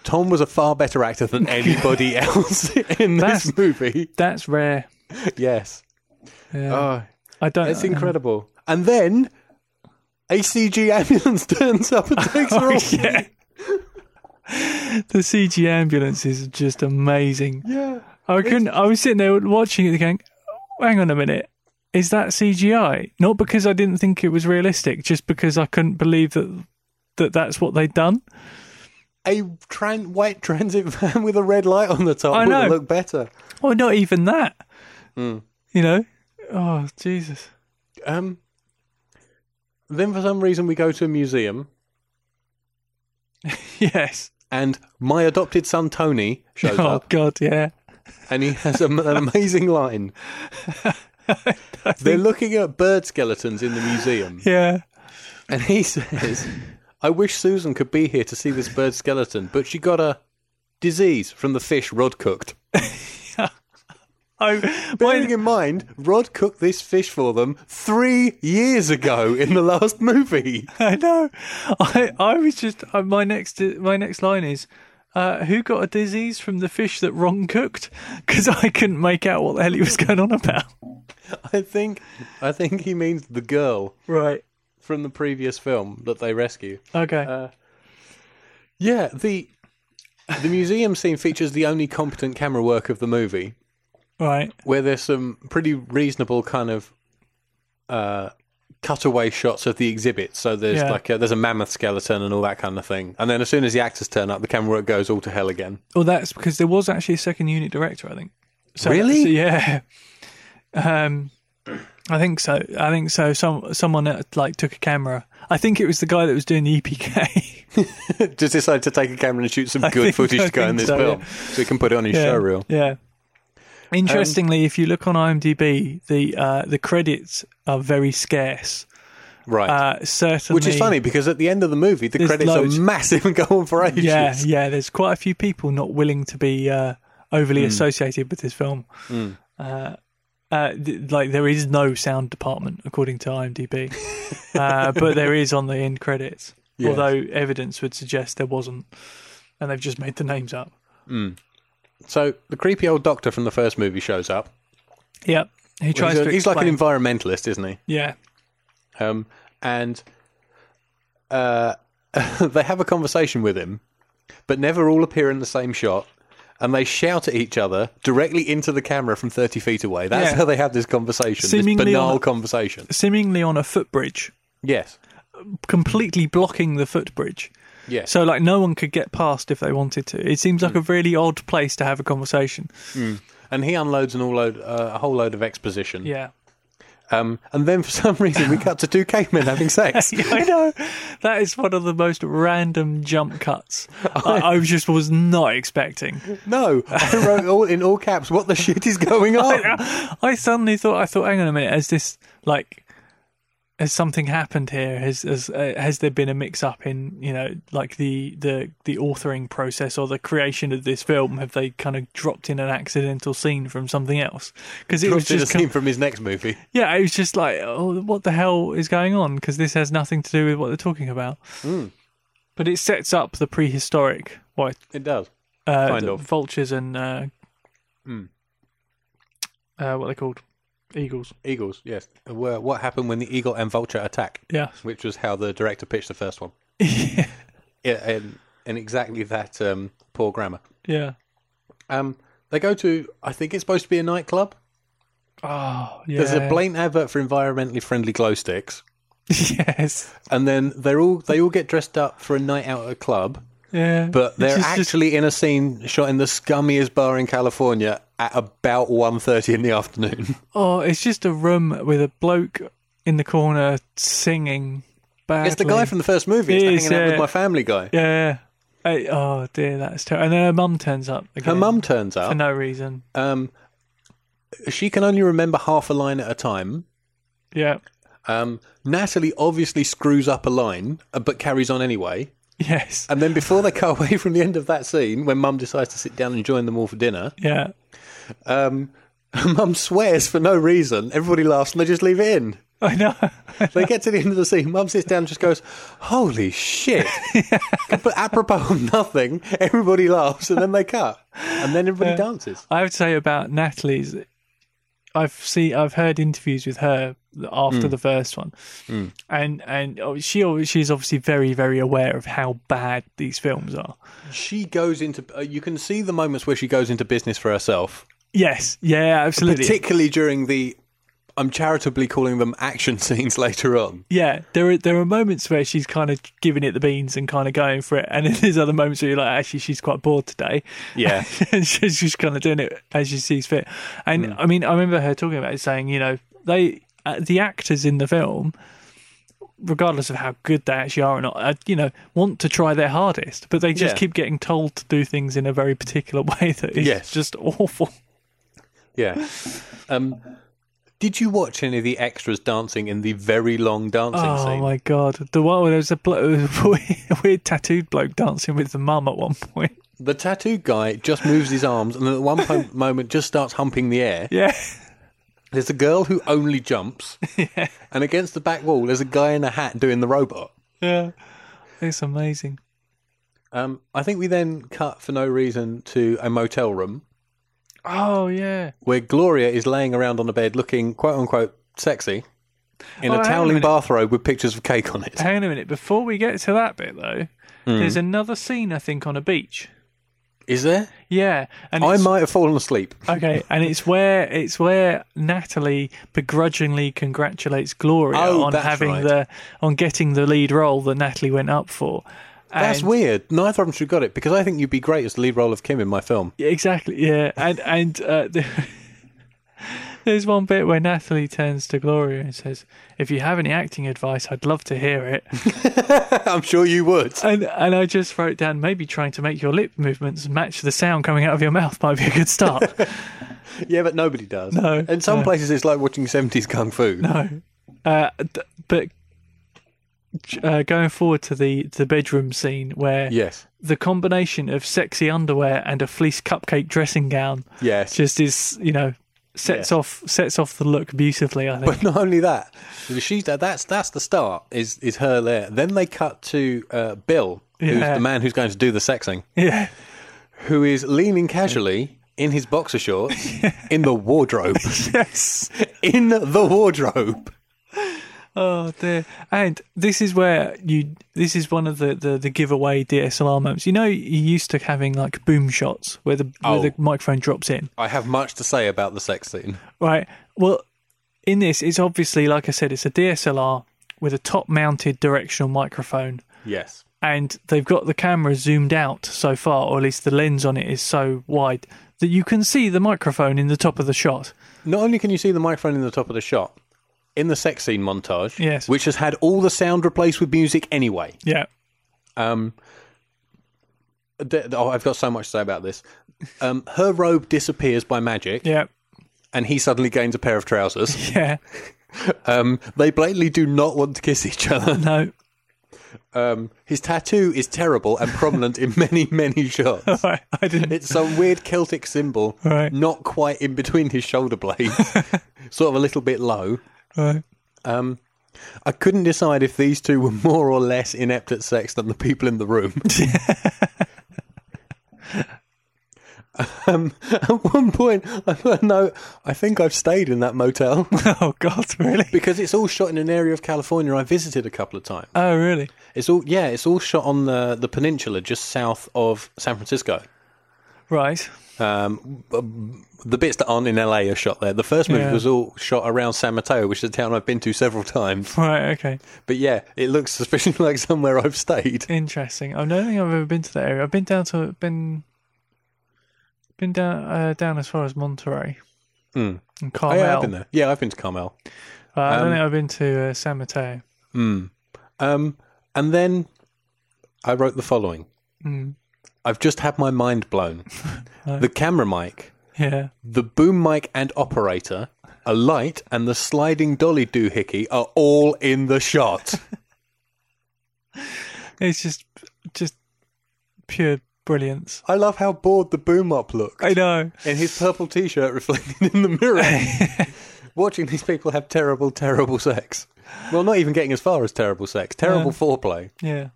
Speaker 1: Tom was a far better actor than [laughs] anybody else in this
Speaker 2: That's-
Speaker 1: movie.
Speaker 2: That's rare.
Speaker 1: Yes.
Speaker 2: Yeah.
Speaker 1: Oh,
Speaker 2: I don't [laughs]
Speaker 1: it's incredible. And then a CG ambulance [laughs] turns up and takes [laughs] her off.
Speaker 2: yeah. the CG ambulance is just amazing.
Speaker 1: Yeah.
Speaker 2: I couldn't I was sitting there watching it going, hang on a minute. Is that CGI? Not because I didn't think it was realistic, just because I couldn't believe that that that's what they'd done.
Speaker 1: A tran- white transit van with a red light on the top
Speaker 2: I
Speaker 1: would not
Speaker 2: know.
Speaker 1: look better.
Speaker 2: Or not even that.
Speaker 1: Hmm.
Speaker 2: You know? Oh, Jesus. [laughs]
Speaker 1: Um, then for some reason we go to a museum
Speaker 2: Yes.
Speaker 1: and my adopted son Tony shows
Speaker 2: oh
Speaker 1: up,
Speaker 2: god, yeah.
Speaker 1: and he has a, an amazing
Speaker 2: [laughs]
Speaker 1: line. They're looking at bird skeletons in the museum,
Speaker 2: Yeah.
Speaker 1: and he says, "I wish Susan could be here to see this bird skeleton, but she got a disease from the fish Rod cooked."
Speaker 2: Oh,
Speaker 1: Bearing
Speaker 2: why,
Speaker 1: in mind, Rod cooked this fish for them three years ago in the last movie. [laughs]
Speaker 2: [laughs] I know. I I was just uh, my next my next line is uh, who got a disease from the fish that Ron cooked? [laughs] Because I couldn't make out what the hell he was going on about.
Speaker 1: I think, I think he means the girl
Speaker 2: Right.
Speaker 1: from the previous film that they rescue.
Speaker 2: Okay.
Speaker 1: Yeah, the the museum scene features the only competent camera work of the movie,
Speaker 2: right.
Speaker 1: where there's some pretty reasonable kind of uh, cutaway shots of the exhibit. So there's
Speaker 2: Yeah.
Speaker 1: like a, there's a mammoth skeleton and all that kind of thing. And then as soon as the actors turn up, the camera work goes all to hell again. [laughs]
Speaker 2: Well, that's because there was actually a second unit director, I think. So,
Speaker 1: Really?
Speaker 2: so, yeah. Um, I think so. I think so. Some someone uh, like took a camera. I think it was the guy that was doing the E [laughs] EPK.
Speaker 1: Just decided to take a camera and shoot some good
Speaker 2: think-
Speaker 1: footage
Speaker 2: [laughs] I
Speaker 1: to go in
Speaker 2: think
Speaker 1: this
Speaker 2: so,
Speaker 1: film,
Speaker 2: yeah.
Speaker 1: so Um, he can put it on his
Speaker 2: yeah.
Speaker 1: show reel.
Speaker 2: Yeah. Interestingly, if you look on IMDb, the uh, the credits are very scarce.
Speaker 1: Right.
Speaker 2: Uh, certainly,
Speaker 1: Which is funny because at the end of the movie, the
Speaker 2: There's
Speaker 1: credits
Speaker 2: loads.
Speaker 1: are massive and go on for ages.
Speaker 2: [laughs] Yeah, yeah. There's quite a few people not willing to be uh, overly
Speaker 1: Hmm.
Speaker 2: associated with this film. Uh, uh, th- like there is no sound department according
Speaker 1: [laughs]
Speaker 2: to IMDb, uh, but there is on the end credits.
Speaker 1: Yes.
Speaker 2: Although evidence would suggest there wasn't, and they've just made the names up.
Speaker 1: So the creepy old doctor from the first movie shows up.
Speaker 2: Yep. He tries
Speaker 1: He's, a-
Speaker 2: to.
Speaker 1: he's like an
Speaker 2: explain-
Speaker 1: environmentalist, isn't he?
Speaker 2: yeah.
Speaker 1: Um, and uh, [laughs] they have a conversation with him, but never all appear in the same shot. And they shout at each other directly into the camera from 30 feet away. That's
Speaker 2: Yeah.
Speaker 1: how they have this conversation,
Speaker 2: Seemingly
Speaker 1: this banal
Speaker 2: on-
Speaker 1: conversation.
Speaker 2: Seemingly on a footbridge,
Speaker 1: Yes.
Speaker 2: completely blocking the footbridge.
Speaker 1: Yes.
Speaker 2: So like no one could get past if they wanted to. It seems like a really odd place to have a conversation. [laughs]
Speaker 1: and he unloads an all load, uh, a whole load of exposition.
Speaker 2: Yeah.
Speaker 1: Um, and then for some reason, we cut to two cavemen having sex.
Speaker 2: [laughs] Yeah, I know. That is one of the most random jump cuts I, I just was not expecting.
Speaker 1: No, I wrote all in all caps. What the shit is
Speaker 2: [laughs]
Speaker 1: going on?
Speaker 2: I suddenly thought, I thought, hang on a minute, has this like, has something happened here? Has has uh, has there been a mix-up in you know like the the the authoring process or the creation of this film? Have they kind of dropped in an accidental scene from something else? Because it was
Speaker 1: Did a
Speaker 2: just
Speaker 1: scene from his next movie.
Speaker 2: yeah, it was just like, oh, what the hell is going on? Because this has nothing to do with what they're talking about.
Speaker 1: Hmm.
Speaker 2: But it sets up the prehistoric, what
Speaker 1: It does.
Speaker 2: uh,
Speaker 1: Kind
Speaker 2: the
Speaker 1: of. Hmm.
Speaker 2: vultures and uh, uh, what are they called, eagles.
Speaker 1: Eagles, yes. Were what happened when the eagle and vulture attack,
Speaker 2: Yeah,
Speaker 1: which was how the director pitched the
Speaker 2: [laughs]
Speaker 1: first one. yeah, and, and exactly that um, poor grammar.
Speaker 2: yeah.
Speaker 1: Um, they go to, I think it's supposed to be a nightclub.
Speaker 2: Oh, yeah.
Speaker 1: There's a blatant advert for environmentally friendly glow sticks,
Speaker 2: [laughs] yes.
Speaker 1: and then they're all they all get dressed up for a night out at a club.
Speaker 2: Yeah.
Speaker 1: But they're
Speaker 2: Which is just-
Speaker 1: actually in a scene shot in the scummiest bar in California at about 1.30 in the afternoon. [laughs]
Speaker 2: oh, it's just a room with a bloke in the corner singing. Badly.
Speaker 1: it's the guy from the first movie. It's
Speaker 2: It
Speaker 1: the
Speaker 2: is,
Speaker 1: hanging out
Speaker 2: yeah.
Speaker 1: with my family guy.
Speaker 2: Yeah. I- oh dear, that's terrible. And then her mum turns up
Speaker 1: Her
Speaker 2: again
Speaker 1: mum turns up.
Speaker 2: for no reason.
Speaker 1: Um, she can only remember half a line at a time.
Speaker 2: Yeah.
Speaker 1: Um, Natalie obviously screws up a line, uh, but carries on anyway.
Speaker 2: Yes.
Speaker 1: And then before they cut [laughs] away from the end of that scene, when Mum decides to sit down and join them all for dinner, [laughs]
Speaker 2: Yeah. [laughs]
Speaker 1: um, Mum swears for no reason. Everybody laughs and they just leave it in.
Speaker 2: I know.
Speaker 1: They get to the end of the scene. Mum sits down and just goes, "Holy shit!" But apropos of nothing, everybody laughs and then they cut, and then everybody dances.
Speaker 2: I have to say about Natalie's. I've seen, I've heard interviews with her after the first one, and and oh, she al- she's obviously very very aware of how bad these films are.
Speaker 1: She goes into. Uh, you can see the moments where she goes into business for herself.
Speaker 2: Yes, yeah, absolutely.
Speaker 1: particularly during the I'm charitably calling them action [laughs] scenes later on.
Speaker 2: yeah, there are there are moments where she's kind of giving it the beans and kind of going for it, and then there's other moments where you're like, actually, she's quite bored today.
Speaker 1: Yeah.
Speaker 2: [laughs] and she's just kind of doing it as she sees fit. And
Speaker 1: Mm.
Speaker 2: I mean, I remember her talking about it, saying, you know, they uh, the actors in the film regardless of how good they actually are or not, uh, you know, want to try their hardest, but they just
Speaker 1: Yeah.
Speaker 2: keep getting told to do things in a very particular [laughs] way that is
Speaker 1: Yes.
Speaker 2: just awful.
Speaker 1: Yeah. Um, did you watch any of the extras dancing in the very long dancing
Speaker 2: Oh
Speaker 1: scene?
Speaker 2: my god! The one where there was a, blo- [laughs] there was a weird, weird tattooed bloke dancing with the mum at one point.
Speaker 1: The tattoo guy just moves his arms and then at one
Speaker 2: [laughs]
Speaker 1: po- moment just starts humping the air.
Speaker 2: Yeah,
Speaker 1: There's a girl who only jumps, and against the back wall, there's a guy in a hat doing the robot.
Speaker 2: [laughs] yeah, it's amazing.
Speaker 1: Um, I think we then cut for no reason to a motel room
Speaker 2: Oh yeah,
Speaker 1: where Gloria is laying around on a bed looking quote unquote sexy in
Speaker 2: Oh, hang on
Speaker 1: a
Speaker 2: a
Speaker 1: toweling
Speaker 2: minute. Uh,
Speaker 1: bathrobe with pictures of cake on it.
Speaker 2: Hang on a minute. Before we get to that bit, though,
Speaker 1: Hmm.
Speaker 2: there's another scene I think on a beach.
Speaker 1: Is there?
Speaker 2: Yeah, and
Speaker 1: I
Speaker 2: it's,
Speaker 1: might have fallen asleep.
Speaker 2: okay, and it's where it's where Natalie begrudgingly congratulates Gloria
Speaker 1: Oh,
Speaker 2: on
Speaker 1: that's
Speaker 2: having
Speaker 1: right.
Speaker 2: the on getting the lead role that Natalie went up for.
Speaker 1: That's
Speaker 2: And-
Speaker 1: weird. Neither of them should have got it because I think you'd be great as the lead role of Kim in my [laughs] film.
Speaker 2: Yeah, exactly. Yeah, and and uh, [laughs] there's one bit where Natalie turns to Gloria and says, "If you have any acting advice, I'd love to hear it."
Speaker 1: I'm sure you would.
Speaker 2: and and I just wrote down maybe trying to make your lip movements match the sound coming out of your mouth [laughs] might be a
Speaker 1: [laughs]
Speaker 2: good start.
Speaker 1: [laughs] Yeah, but nobody does.
Speaker 2: No,
Speaker 1: In some
Speaker 2: no.
Speaker 1: places, it's like watching 70s kung fu.
Speaker 2: no, uh, d- but uh, going forward to the the bedroom scene where
Speaker 1: Yes.
Speaker 2: the combination of sexy underwear and a fleece cupcake dressing gown
Speaker 1: Yes.
Speaker 2: just is you know sets
Speaker 1: Yeah.
Speaker 2: off sets off the look beautifully. I
Speaker 1: [laughs]
Speaker 2: think.
Speaker 1: But not only that, she's that, that's that's the start is is her there. Then they cut to uh, Bill, who's
Speaker 2: Yeah.
Speaker 1: the man who's going to do the sexing,
Speaker 2: [laughs] Yeah,
Speaker 1: who is leaning casually in his boxer shorts in the [laughs] wardrobe,
Speaker 2: yes.
Speaker 1: in the wardrobe.
Speaker 2: Oh dear. And this is where you. This is one of the the, the giveaway DSLR moments. You know, you used to having like boom shots where the where the microphone drops in,
Speaker 1: I have much to say about the sex scene.
Speaker 2: right? Well, in this, it's obviously like I said, it's a DSLR with a top-mounted directional microphone,
Speaker 1: Yes.
Speaker 2: and they've got the camera zoomed out so far, or at least the lens on it is so wide that you can see the microphone in the top of the shot.
Speaker 1: Not only can you see the microphone in the top of the shot, in the sex scene montage,
Speaker 2: Yes.
Speaker 1: which has had all the sound replaced with music anyway.
Speaker 2: Yeah.
Speaker 1: Um, th- th- oh, I've got so much to say about this. Um, her robe disappears by magic,
Speaker 2: Yeah.
Speaker 1: and he suddenly gains a pair of trousers.
Speaker 2: [laughs] Yeah.
Speaker 1: Um, they blatantly do not want to kiss each other.
Speaker 2: No.
Speaker 1: Um, his tattoo is terrible and prominent in many, many shots.
Speaker 2: I, I didn't.
Speaker 1: It's some weird Celtic symbol,
Speaker 2: Right.
Speaker 1: not quite in between his shoulder blades, [laughs] sort of a little bit low.
Speaker 2: Right.
Speaker 1: Um, I couldn't decide if these two were more or less inept at sex than the people in the room. um, at one point, I put a note, I think I've stayed in that motel
Speaker 2: [laughs]
Speaker 1: [laughs]
Speaker 2: Oh God, really? [laughs]
Speaker 1: because it's all shot in an area of California I visited a couple of times.
Speaker 2: Oh, really?
Speaker 1: It's all yeah, it's all shot on the the peninsula just south of San Francisco.
Speaker 2: Right. [laughs]
Speaker 1: Um, b- the bits that aren't in LA are shot there. The first movie
Speaker 2: Yeah.
Speaker 1: was all shot around San Mateo, which is a town I've been to several [laughs] times.
Speaker 2: Right. Okay.
Speaker 1: But yeah, it looks suspiciously like somewhere I've stayed.
Speaker 2: Interesting. I don't think I've ever been to that area. I've been down to been been down uh, down as far as Monterey and
Speaker 1: Oh,
Speaker 2: Carmel.
Speaker 1: yeah, I've been there. Um, Yeah, I've been to Carmel.
Speaker 2: Uh, I don't think I've been to uh, San Mateo.
Speaker 1: Um, and then I wrote the following
Speaker 2: Mm.
Speaker 1: I've just had my mind
Speaker 2: [laughs]
Speaker 1: blown. the camera mic,
Speaker 2: Yeah.
Speaker 1: the boom mic and operator, a light, and the sliding dolly doohickey are all in the
Speaker 2: [laughs]
Speaker 1: shot.
Speaker 2: It's just just pure brilliance.
Speaker 1: I love how bored the boom up looked.
Speaker 2: I know.
Speaker 1: In his purple t shirt reflected in the mirror. Watching these people have terrible, terrible sex. Well, not even getting as far as terrible sex, terrible foreplay.
Speaker 2: Yeah.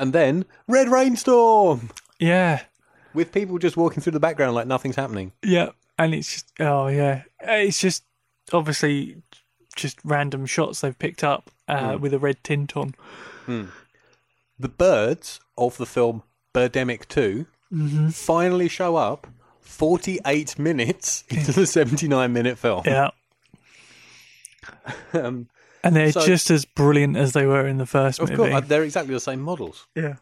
Speaker 1: And then, Red Rainstorm!
Speaker 2: Yeah.
Speaker 1: With people just walking through the background like nothing's happening.
Speaker 2: Yeah. And it's just oh yeah. It's just obviously just random shots they've picked up uh,
Speaker 1: Hmm.
Speaker 2: with a red tint on.
Speaker 1: The birds of the film Birdemic 2 finally show up 48 minutes [laughs] into the 79 minute film.
Speaker 2: Yeah.
Speaker 1: [laughs] Um,
Speaker 2: And they're
Speaker 1: So-
Speaker 2: just as brilliant as they were in the first
Speaker 1: of
Speaker 2: movie.
Speaker 1: course, uh, they're exactly the same models.
Speaker 2: yeah.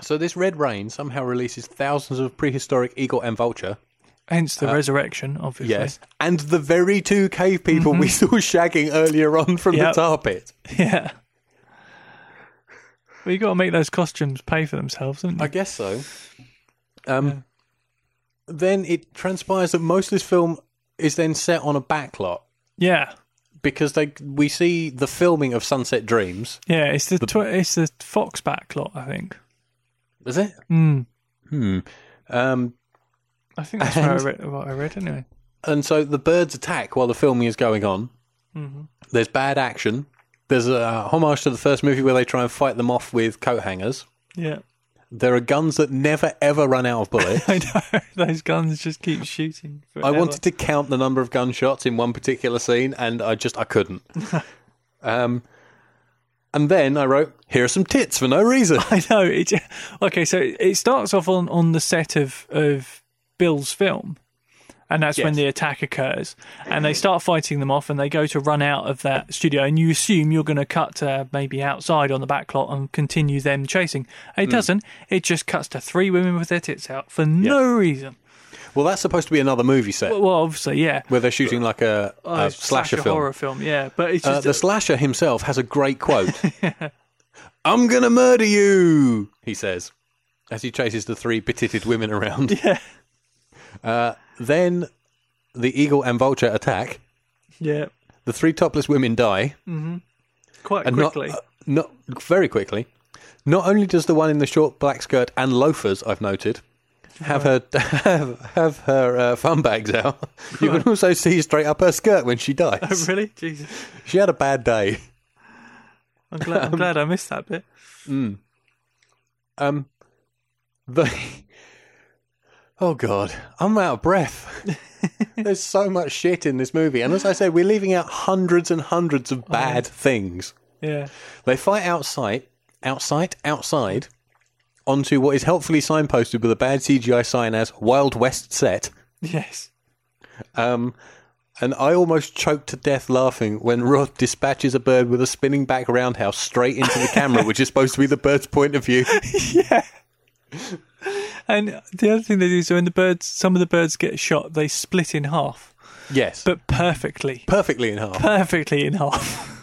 Speaker 1: So this Red Rain somehow releases thousands of prehistoric eagle and vulture.
Speaker 2: Hence
Speaker 1: Uh,
Speaker 2: the resurrection, obviously.
Speaker 1: And the Mm-hmm. very two cave people we saw shagging earlier on from
Speaker 2: Yep.
Speaker 1: the tar pit.
Speaker 2: [laughs] Yeah. Well, you got to make those costumes pay for themselves, haven't you?
Speaker 1: I guess so. Um, Then it transpires that most of this film is then set on a backlot
Speaker 2: yeah,
Speaker 1: because they we see the filming of Sunset Dreams.
Speaker 2: yeah. It's the, tw- it's the Fox backlot, I think.
Speaker 1: Is it?
Speaker 2: Mm.
Speaker 1: Hmm. Um,
Speaker 2: I think that's what I, read, what I read anyway.
Speaker 1: and so the birds attack while the filming is going on. Mm-hmm. There's bad action. There's a homage to the first movie where they try and fight them off with coat hangers.
Speaker 2: Yeah, [laughs]
Speaker 1: There are guns that never ever run out of bullets.
Speaker 2: I know [laughs] those guns just keep shooting.
Speaker 1: I
Speaker 2: forever.
Speaker 1: wanted to count the number of gunshots in one particular scene, and I just I
Speaker 2: [laughs]
Speaker 1: couldn't. um, and then I wrote, "Here are some tits for no
Speaker 2: [laughs]
Speaker 1: reason."
Speaker 2: I know. It, okay, so it starts off on, on the set of, of Bill's film, and that's when
Speaker 1: Yes.
Speaker 2: the attack occurs. And they start fighting them off, and they go to run out of that studio. And you assume you're going to cut to maybe outside on the back lot and continue them chasing. It
Speaker 1: Hmm.
Speaker 2: doesn't. It just cuts to three women with their tits out for no reason.
Speaker 1: well, that's supposed to be another movie set
Speaker 2: Well, obviously, yeah.
Speaker 1: where they're shooting like a,
Speaker 2: Oh,
Speaker 1: a
Speaker 2: it's
Speaker 1: Uh, slasher, film.
Speaker 2: horror film, yeah. But it's
Speaker 1: Uh,
Speaker 2: just
Speaker 1: the slasher himself has a great
Speaker 2: [laughs]
Speaker 1: quote. I'm gonna murder you, he says, as he chases the three petited women around.
Speaker 2: [laughs]
Speaker 1: Uh,
Speaker 2: yeah,
Speaker 1: Then the eagle and vulture attack.
Speaker 2: yeah,
Speaker 1: The three topless women die.
Speaker 2: quite
Speaker 1: And not-
Speaker 2: quickly.
Speaker 1: uh, Not, very quickly. Not only does the one in the short black skirt and loafers, I've noted, have her [laughs] have, have her uh, fun bags out. [laughs] You can also see straight up her skirt when she
Speaker 2: [laughs]
Speaker 1: dies.
Speaker 2: [laughs] really, Jesus.
Speaker 1: She had a bad day.
Speaker 2: I'm
Speaker 1: [laughs]
Speaker 2: glad. I'm glad I missed that bit.
Speaker 1: Um, the [laughs] oh god, I'm out of breath. There's so much shit in this movie, and as I said, we're leaving out hundreds and hundreds of bad things.
Speaker 2: Yeah.
Speaker 1: They fight outside, outside, outside, onto what is helpfully signposted with a bad CGI sign as Wild West set.
Speaker 2: Yes.
Speaker 1: Um, and I almost choked to death laughing when Roth dispatches a bird with a spinning back roundhouse straight into the camera, which is supposed to be the bird's point of
Speaker 2: [laughs]
Speaker 1: view.
Speaker 2: And the other thing they do, so when the birds, some of the birds get shot, they split in half,
Speaker 1: Yes,
Speaker 2: but perfectly,
Speaker 1: perfectly in half.
Speaker 2: perfectly
Speaker 1: [laughs]
Speaker 2: in half.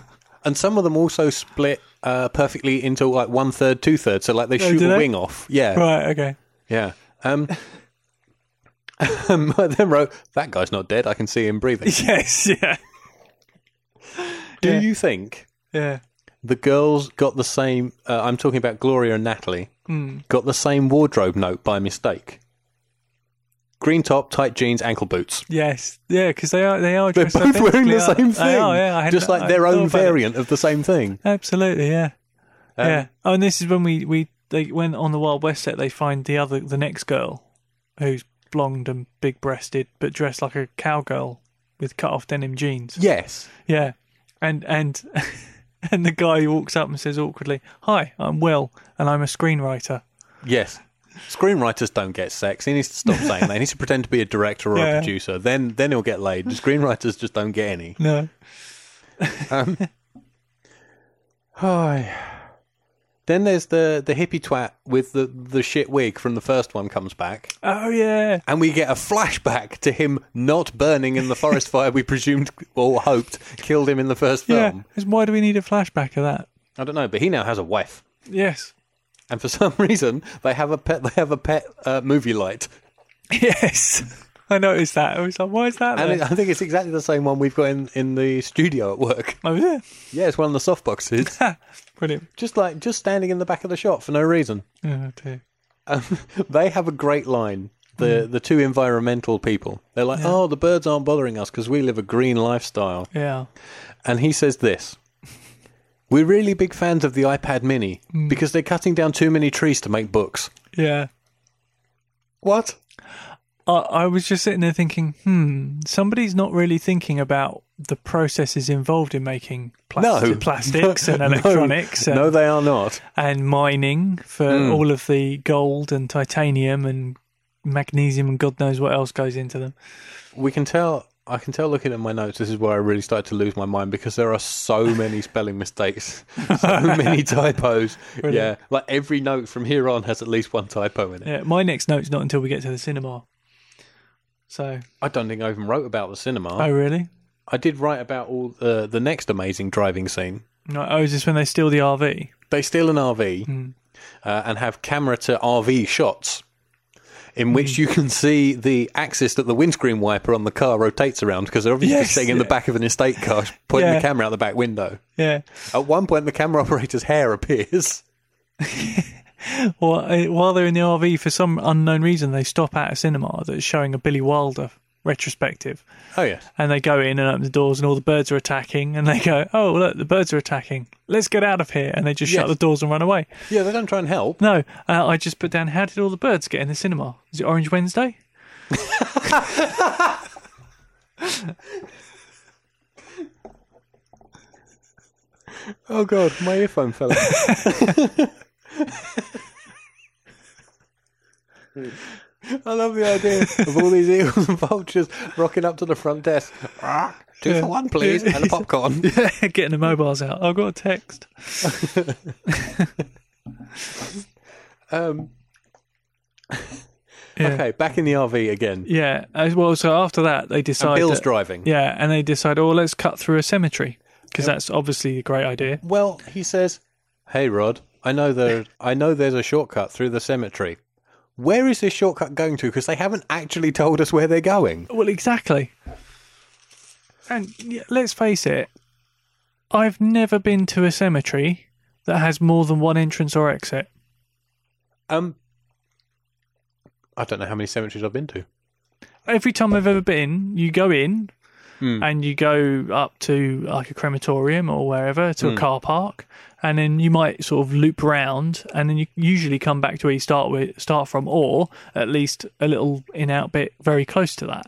Speaker 1: And some of them also split uh, perfectly into like one third, two thirds. So like they shoot
Speaker 2: Oh, do
Speaker 1: a
Speaker 2: they?
Speaker 1: wing off. Yeah,
Speaker 2: right. Okay.
Speaker 1: yeah. Um, [laughs] um, [laughs] I then wrote, "That guy's not dead. I can see him breathing."
Speaker 2: Yes. Yeah.
Speaker 1: Do
Speaker 2: Yeah.
Speaker 1: you think
Speaker 2: Yeah.
Speaker 1: the girls got the same? Uh, I'm talking about Gloria and Natalie.
Speaker 2: Hmm.
Speaker 1: Got the same wardrobe note by mistake. Green top, tight jeans, ankle boots.
Speaker 2: Yes. Yeah. Because they are. They are.
Speaker 1: They're
Speaker 2: dressed
Speaker 1: both wearing
Speaker 2: identically,
Speaker 1: the
Speaker 2: aren't
Speaker 1: same
Speaker 2: they? They
Speaker 1: thing,
Speaker 2: are, yeah. uh, I had
Speaker 1: just
Speaker 2: no-
Speaker 1: like
Speaker 2: I
Speaker 1: their
Speaker 2: thought
Speaker 1: own
Speaker 2: about it.
Speaker 1: variant Um, of the same thing.
Speaker 2: Absolutely. Yeah. yeah. Oh, and this is when we we they when on the Wild West set they find the other the next girl, who's blonde and big breasted but dressed like a cowgirl with cut off denim jeans.
Speaker 1: Yes,
Speaker 2: Yeah, and and [laughs] and the guy walks up and says awkwardly, "Hi, I'm Will, and I'm a screenwriter."
Speaker 1: yes. Screenwriters don't get sex. He needs to
Speaker 2: [laughs]
Speaker 1: stop saying that. He needs to pretend to be a director or a
Speaker 2: Yeah.
Speaker 1: producer. Then, then he'll get laid. Screenwriters just don't get
Speaker 2: [sighs]
Speaker 1: any.
Speaker 2: No,
Speaker 1: Hi. Then there's the the hippie twat with the the shit wig from the first one comes back.
Speaker 2: oh yeah,
Speaker 1: and we get a flashback to him not burning in the forest fire we presumed or hoped killed him in the first
Speaker 2: yeah.
Speaker 1: film.
Speaker 2: 'Cause why do we need a flashback of that?
Speaker 1: I don't know, but he now has a wife,
Speaker 2: Yes,
Speaker 1: and for some [laughs] reason they have a pet. They have a pet uh, movie light,
Speaker 2: [laughs] yes. I noticed that. I was like, "Why is that?"
Speaker 1: and
Speaker 2: there?
Speaker 1: it, I think it's exactly the same one we've got in, in the studio at work.
Speaker 2: oh yeah,
Speaker 1: Yeah, it's one of the soft boxes,
Speaker 2: [laughs] brilliant.
Speaker 1: just like just standing in the back of the shop for no reason.
Speaker 2: Oh dear.
Speaker 1: Um, [laughs] They have a great line. The the two environmental people. They're like, oh, the birds aren't bothering us because we live a green lifestyle.
Speaker 2: Yeah.
Speaker 1: and he says this We're really big fans of the iPad mini
Speaker 2: Hmm.
Speaker 1: because they're cutting down too many trees to make books.
Speaker 2: Yeah.
Speaker 1: What?
Speaker 2: I, I was just sitting there thinking, hmm, somebody's not really thinking about the processes involved in making
Speaker 1: [laughs]
Speaker 2: plastic,
Speaker 1: No.
Speaker 2: plastics [laughs] and electronics and,
Speaker 1: No, they are not.
Speaker 2: and mining for all of the gold and titanium and magnesium and God knows what else goes into them.
Speaker 1: We can tell. I can tell looking at my notes, this is where I really started to lose my mind because there are
Speaker 2: [laughs]
Speaker 1: so many spelling mistakes, so many typos.
Speaker 2: Brilliant.
Speaker 1: Yeah, like every note from here on has at least one typo in it.
Speaker 2: Yeah, Uh, my next note's not until we get to the cinema. So,
Speaker 1: I don't think I even wrote about the cinema.
Speaker 2: oh really?
Speaker 1: I did write about all the, the next uh, amazing driving scene.
Speaker 2: No, oh, is this when they steal the RV?
Speaker 1: they steal an RV
Speaker 2: Hmm.
Speaker 1: uh, and have camera to RV shots in which
Speaker 2: Hmm.
Speaker 1: you can see the axis that the windscreen wiper on the car rotates around because they're obviously
Speaker 2: Yes,
Speaker 1: sitting in the
Speaker 2: yeah.
Speaker 1: back of an estate car
Speaker 2: [laughs]
Speaker 1: pointing
Speaker 2: Yeah.
Speaker 1: the camera out the back window.
Speaker 2: Yeah.
Speaker 1: At one point, the camera [laughs] operator's hair appears.
Speaker 2: Or uh, while they're in the RV, for some unknown reason, they stop at a cinema that's showing a Billy Wilder retrospective,
Speaker 1: Oh, yeah.
Speaker 2: and they go in and open the doors, and all the birds are attacking, and they go, "Oh, look, the birds are attacking. Let's get out of here!" And they just shut
Speaker 1: Yes.
Speaker 2: the doors and run away.
Speaker 1: Yeah, they don't try and help.
Speaker 2: No, uh, I just put down. How did all the birds get in the cinema? Is it Orange Wednesday? [laughs]
Speaker 1: Oh, God, my earphone fell out. I love the idea of all these eels and [laughs] vultures rocking up to the front desk. Ah, Two for one, please,
Speaker 2: [laughs]
Speaker 1: and a popcorn.
Speaker 2: Getting the mobiles out. I've got a text.
Speaker 1: Um,
Speaker 2: Yeah.
Speaker 1: Okay, back in the RV again.
Speaker 2: Yeah. As well, so after that, they decide.
Speaker 1: Bill's
Speaker 2: that-
Speaker 1: driving.
Speaker 2: Yeah, and they decide, oh, let's cut through a cemetery because that's obviously a great idea.
Speaker 1: Well, he says, "Hey, Rod, I know there. I know there's a shortcut through the cemetery. Where is this shortcut going to? Because they haven't actually told us where they're going."
Speaker 2: Well, exactly. And yeah, let's face it, I've never been to a cemetery that has more than one entrance or exit.
Speaker 1: Um, I don't know how many cemeteries I've been to.
Speaker 2: Every time I've ever been, you go in and you go up to like a crematorium or wherever to a car park, and then you might sort of loop round, and then you usually come back to where you start with, start from, or at least a little in out bit very close to that.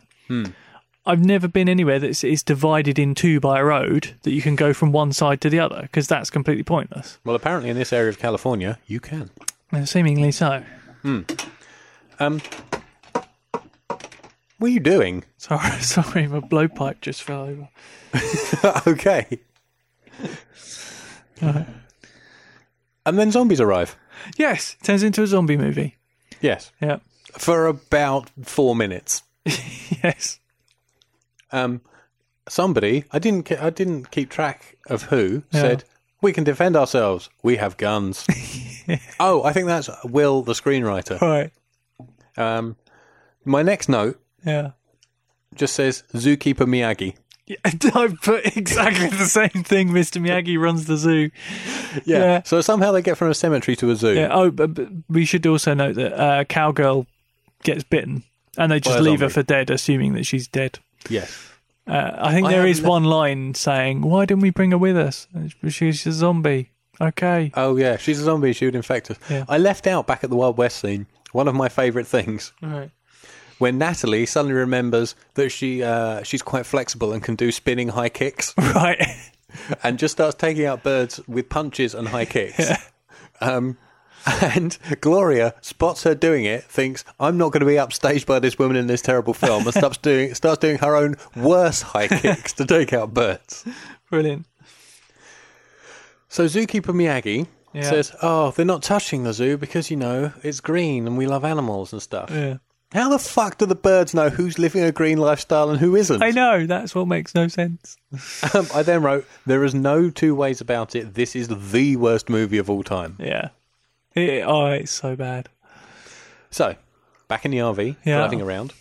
Speaker 2: I've never been anywhere that's it's divided in two by a road that you can go from one side to the other because that's completely pointless.
Speaker 1: Well, apparently in this area of California, you can.
Speaker 2: And seemingly so. [laughs]
Speaker 1: What are you doing? [laughs]
Speaker 2: Sorry, sorry, my blowpipe just fell over.
Speaker 1: okay. and then zombies arrive.
Speaker 2: Yes, turns into a zombie movie.
Speaker 1: Yes,
Speaker 2: Yeah. [laughs]
Speaker 1: for about four minutes.
Speaker 2: Yes.
Speaker 1: um, somebody I didn't ke- I didn't keep track of who
Speaker 2: Yeah.
Speaker 1: said we can defend ourselves. We have guns. oh, I think that's Will, the
Speaker 2: [laughs]
Speaker 1: screenwriter.
Speaker 2: Right.
Speaker 1: Um, my next note
Speaker 2: Yeah.
Speaker 1: just says zookeeper Miyagi.
Speaker 2: Yeah, [laughs] I put exactly the same thing. Mr. Miyagi runs the zoo. Yeah.
Speaker 1: So somehow they get from a cemetery to a zoo.
Speaker 2: Yeah, Oh, but, but we should also note that uh, cowgirl gets bitten, and they just
Speaker 1: By a
Speaker 2: leave her
Speaker 1: zombie.
Speaker 2: for dead, assuming that she's dead.
Speaker 1: Yes.
Speaker 2: Uh, I think
Speaker 1: I
Speaker 2: there
Speaker 1: have
Speaker 2: is
Speaker 1: no-
Speaker 2: one line saying, "Why didn't we bring her with us? And she- She's a zombie." Okay.
Speaker 1: Oh yeah. She's a zombie. She would infect us.
Speaker 2: Yeah.
Speaker 1: I left out back at the Wild West scene one of my favourite things
Speaker 2: Right.
Speaker 1: when Natalie suddenly remembers that she uh, she's quite flexible and can do spinning high
Speaker 2: [laughs]
Speaker 1: kicks.
Speaker 2: [laughs] Right.
Speaker 1: and just starts taking out birds with punches and high kicks. Um, and Gloria spots her doing it, thinks, "I'm not going to be upstaged by this woman in this terrible film," and stops doing starts doing her own worse high kicks to take out birds.
Speaker 2: Brilliant.
Speaker 1: So zookeeper Miyagi
Speaker 2: Yeah.
Speaker 1: says, "Oh, they're not touching the zoo because you know it's green and we love animals and stuff."
Speaker 2: Yeah.
Speaker 1: How the fuck do the birds know who's living a green lifestyle and who isn't?
Speaker 2: I know. That's what makes no sense.
Speaker 1: [laughs] Um, I then wrote, "There is no two ways about it. This is the worst movie of all time."
Speaker 2: Yeah. It, oh, it's so bad. [laughs]
Speaker 1: So, back in the RV,
Speaker 2: Yeah. Mm-hmm.
Speaker 1: driving around,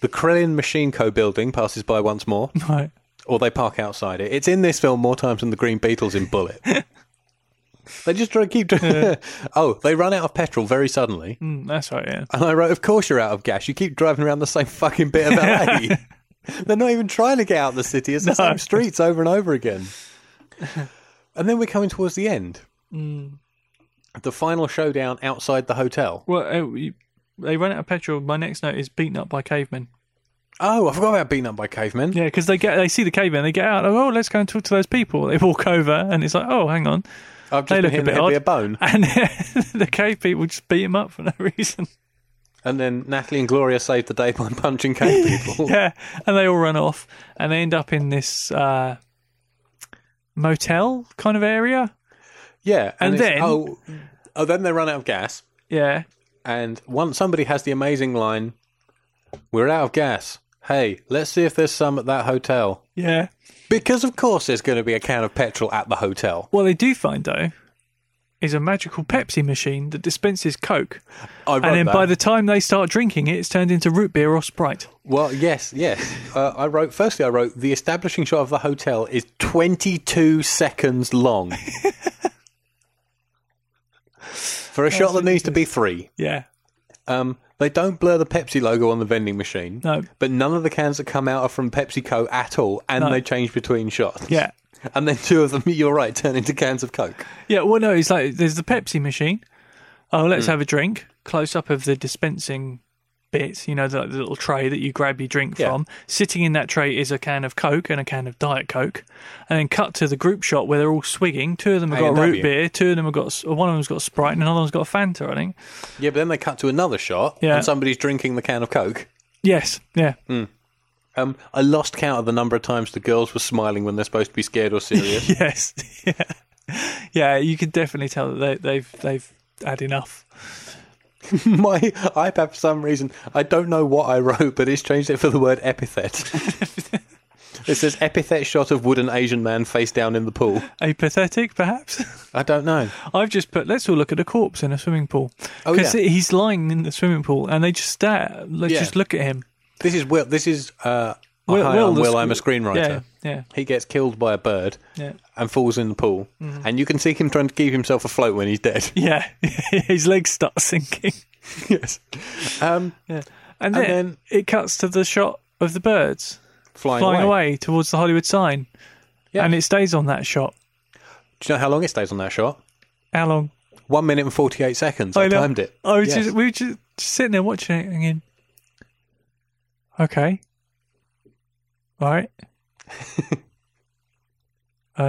Speaker 1: the Krillin Machine Co. building passes by once
Speaker 2: [laughs]
Speaker 1: more,
Speaker 2: Right.
Speaker 1: or they park outside it. It's in this film more times than the Green Beetles in
Speaker 2: [laughs]
Speaker 1: Bullet. they just try to keep. [laughs] oh, they run out of petrol very suddenly,
Speaker 2: Mm, that's right. Yeah.
Speaker 1: and I wrote, "Of course you're out of gas. You keep driving around the same fucking bit of [laughs] LA." They're not even trying to get out of the city. It's the same streets over and over again. And then we're coming towards the end. Mm. The final showdown outside the hotel.
Speaker 2: Well, uh, you- they run out of petrol. My next note is beaten up by cavemen.
Speaker 1: Oh, I forgot about being up by cavemen.
Speaker 2: Yeah, because they get they see the cavemen, they get out. Oh, let's go and talk to those people. They walk [laughs] over, and it's like, oh, hang on, [laughs]
Speaker 1: I've just been
Speaker 2: They look a
Speaker 1: hit in the
Speaker 2: bit
Speaker 1: head
Speaker 2: odd.
Speaker 1: with a bone.
Speaker 2: and the cave people just beat him up for no [laughs] reason.
Speaker 1: And then Natalie and Gloria saved the day by [laughs] punching cave people.
Speaker 2: Yeah, and they all run off, and they end up in this uh, motel kind of area.
Speaker 1: Yeah.
Speaker 2: And
Speaker 1: it's-
Speaker 2: then-
Speaker 1: oh, oh, then they run out of gas.
Speaker 2: Yeah,
Speaker 1: And once somebody has the amazing line, "We're out of gas. Hey, let's see if there's some at that hotel."
Speaker 2: yeah.
Speaker 1: Because of course there's going to be a can of petrol at the hotel.
Speaker 2: What they do find though is a magical Pepsi machine that dispenses Coke,
Speaker 1: I wrote
Speaker 2: and then
Speaker 1: that.
Speaker 2: by the time they start drinking it, it's turned into root beer or Sprite.
Speaker 1: Well, yes, yes. Uh, I wrote. Firstly, I wrote the establishing shot of the hotel is 22 seconds long. [laughs] For a shot that needs to be three,
Speaker 2: Yeah,
Speaker 1: um, they don't blur the Pepsi logo on the vending machine.
Speaker 2: No.
Speaker 1: But none of the cans that come out are from PepsiCo at all, and
Speaker 2: No.
Speaker 1: they change between shots.
Speaker 2: yeah,
Speaker 1: And then two of them, [laughs] you're right, turn into cans of Coke.
Speaker 2: yeah. Well, no, it's like there's the Pepsi machine. Oh, let's have a drink. Close up of the dispensing bit, you know, the, the little tray that you grab your drink
Speaker 1: Yeah.
Speaker 2: from. Sitting in that tray is a can of Coke and a can of Diet Coke, and then cut to the group shot where they're all swigging. Two of them have got
Speaker 1: A&W.
Speaker 2: root beer, two of them have got one of them's got Sprite, and another one's got Fanta. I think.
Speaker 1: Yeah, but then they cut to another shot,
Speaker 2: Yeah.
Speaker 1: and somebody's drinking the can of Coke.
Speaker 2: Yes, yeah,
Speaker 1: Um, I lost count of the number of times the girls were smiling when they're supposed to be scared or
Speaker 2: [laughs]
Speaker 1: serious.
Speaker 2: [laughs] yes, yeah, yeah. You can definitely tell that they, they've they've had enough.
Speaker 1: My iPad, for some reason, I don't know what I wrote, but it's changed it for the word epithet.
Speaker 2: [laughs]
Speaker 1: it says epithet shot of wooden Asian man face down in the pool.
Speaker 2: Apathetic, perhaps. [laughs]
Speaker 1: I don't know.
Speaker 2: I've just put. Let's all look at a corpse in a swimming pool
Speaker 1: Oh,
Speaker 2: because
Speaker 1: yeah.
Speaker 2: he's lying in the swimming pool, and they just stare. Let's
Speaker 1: Yeah.
Speaker 2: just look at him.
Speaker 1: This is Will. This is uh,
Speaker 2: Will-
Speaker 1: Will.
Speaker 2: Will
Speaker 1: Will,
Speaker 2: the
Speaker 1: Will
Speaker 2: sc-
Speaker 1: I'm a screenwriter.
Speaker 2: Yeah, yeah,
Speaker 1: He gets killed by a bird
Speaker 2: yeah. Mm-hmm.
Speaker 1: and falls in the pool, and you can see him trying to keep himself afloat when he's dead.
Speaker 2: Yeah, [laughs] his legs start sinking.
Speaker 1: yes. Um,
Speaker 2: Yeah,
Speaker 1: And
Speaker 2: and then,
Speaker 1: then-
Speaker 2: it cuts to the shot of the birds
Speaker 1: flying,
Speaker 2: flying
Speaker 1: away.
Speaker 2: away towards the Hollywood sign,
Speaker 1: Yeah.
Speaker 2: and it stays on that shot.
Speaker 1: Do you know how long it stays on that shot?
Speaker 2: How long?
Speaker 1: One minute and 48 seconds. I,
Speaker 2: know. Oh,
Speaker 1: timed it.
Speaker 2: I was
Speaker 1: Yes.
Speaker 2: just, we were just, just sitting there watching it, thinking, okay,
Speaker 1: [laughs]
Speaker 2: all right. uh,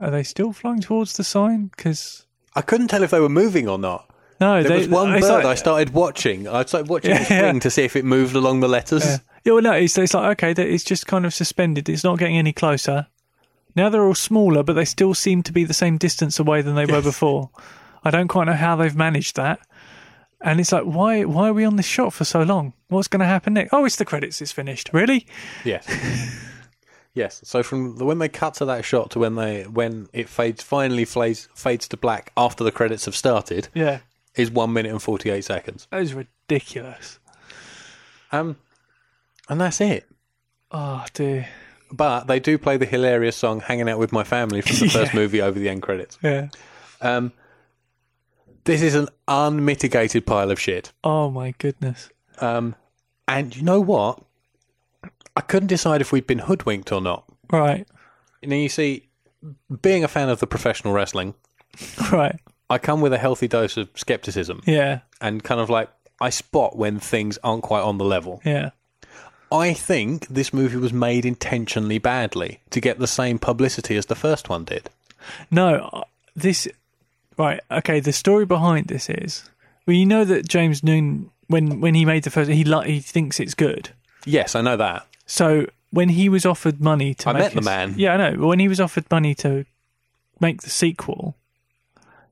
Speaker 2: are they still flying towards the sign? Because
Speaker 1: I couldn't tell if they were moving or not.
Speaker 2: no,
Speaker 1: There
Speaker 2: they,
Speaker 1: was one bird
Speaker 2: it's like-
Speaker 1: I started watching. I started watching its
Speaker 2: [laughs] Yeah.
Speaker 1: wing to see if it moved along the letters.
Speaker 2: Yeah, Yeah, well, no, it's, it's like okay, that it's just kind of suspended. It's not getting any closer. Now they're all smaller, but they still seem to be the same distance away than they were before. I don't quite know how they've managed that. And it's like, why? Why are we on this shot for so long? What's going to happen next? Oh, it's the credits. It's finished. Really?
Speaker 1: Yes. [laughs] yes. So from the, when they cut to that shot to when they when it fades finally fades fades to black after the credits have started
Speaker 2: Yeah,
Speaker 1: is one minute and 48 seconds.
Speaker 2: that is ridiculous.
Speaker 1: Um, and that's it.
Speaker 2: Oh dear.
Speaker 1: But they do play the hilarious song "Hanging Out with My Family" from the
Speaker 2: [laughs]
Speaker 1: first movie over the end credits.
Speaker 2: Yeah.
Speaker 1: Um, this is an unmitigated pile of shit.
Speaker 2: Oh my goodness.
Speaker 1: Um, and you know what? I couldn't decide if we'd been hoodwinked or not.
Speaker 2: Right. [laughs]
Speaker 1: Now, you see, being a fan of the professional wrestling,
Speaker 2: Right.
Speaker 1: I come with a healthy dose of skepticism
Speaker 2: Yeah.
Speaker 1: and kind of like I spot when things aren't quite on the level.
Speaker 2: Yeah.
Speaker 1: I think this movie was made intentionally badly to get the same publicity as the first one did.
Speaker 2: No, uh, this right. Okay, the story behind this is well, you know that James Noon when when he made the first, he li- he thinks it's good.
Speaker 1: Yes, I know that.
Speaker 2: So when he was offered money to,
Speaker 1: I
Speaker 2: make
Speaker 1: met the
Speaker 2: his-
Speaker 1: man.
Speaker 2: Yeah, I know. But When he was offered money to make the sequel,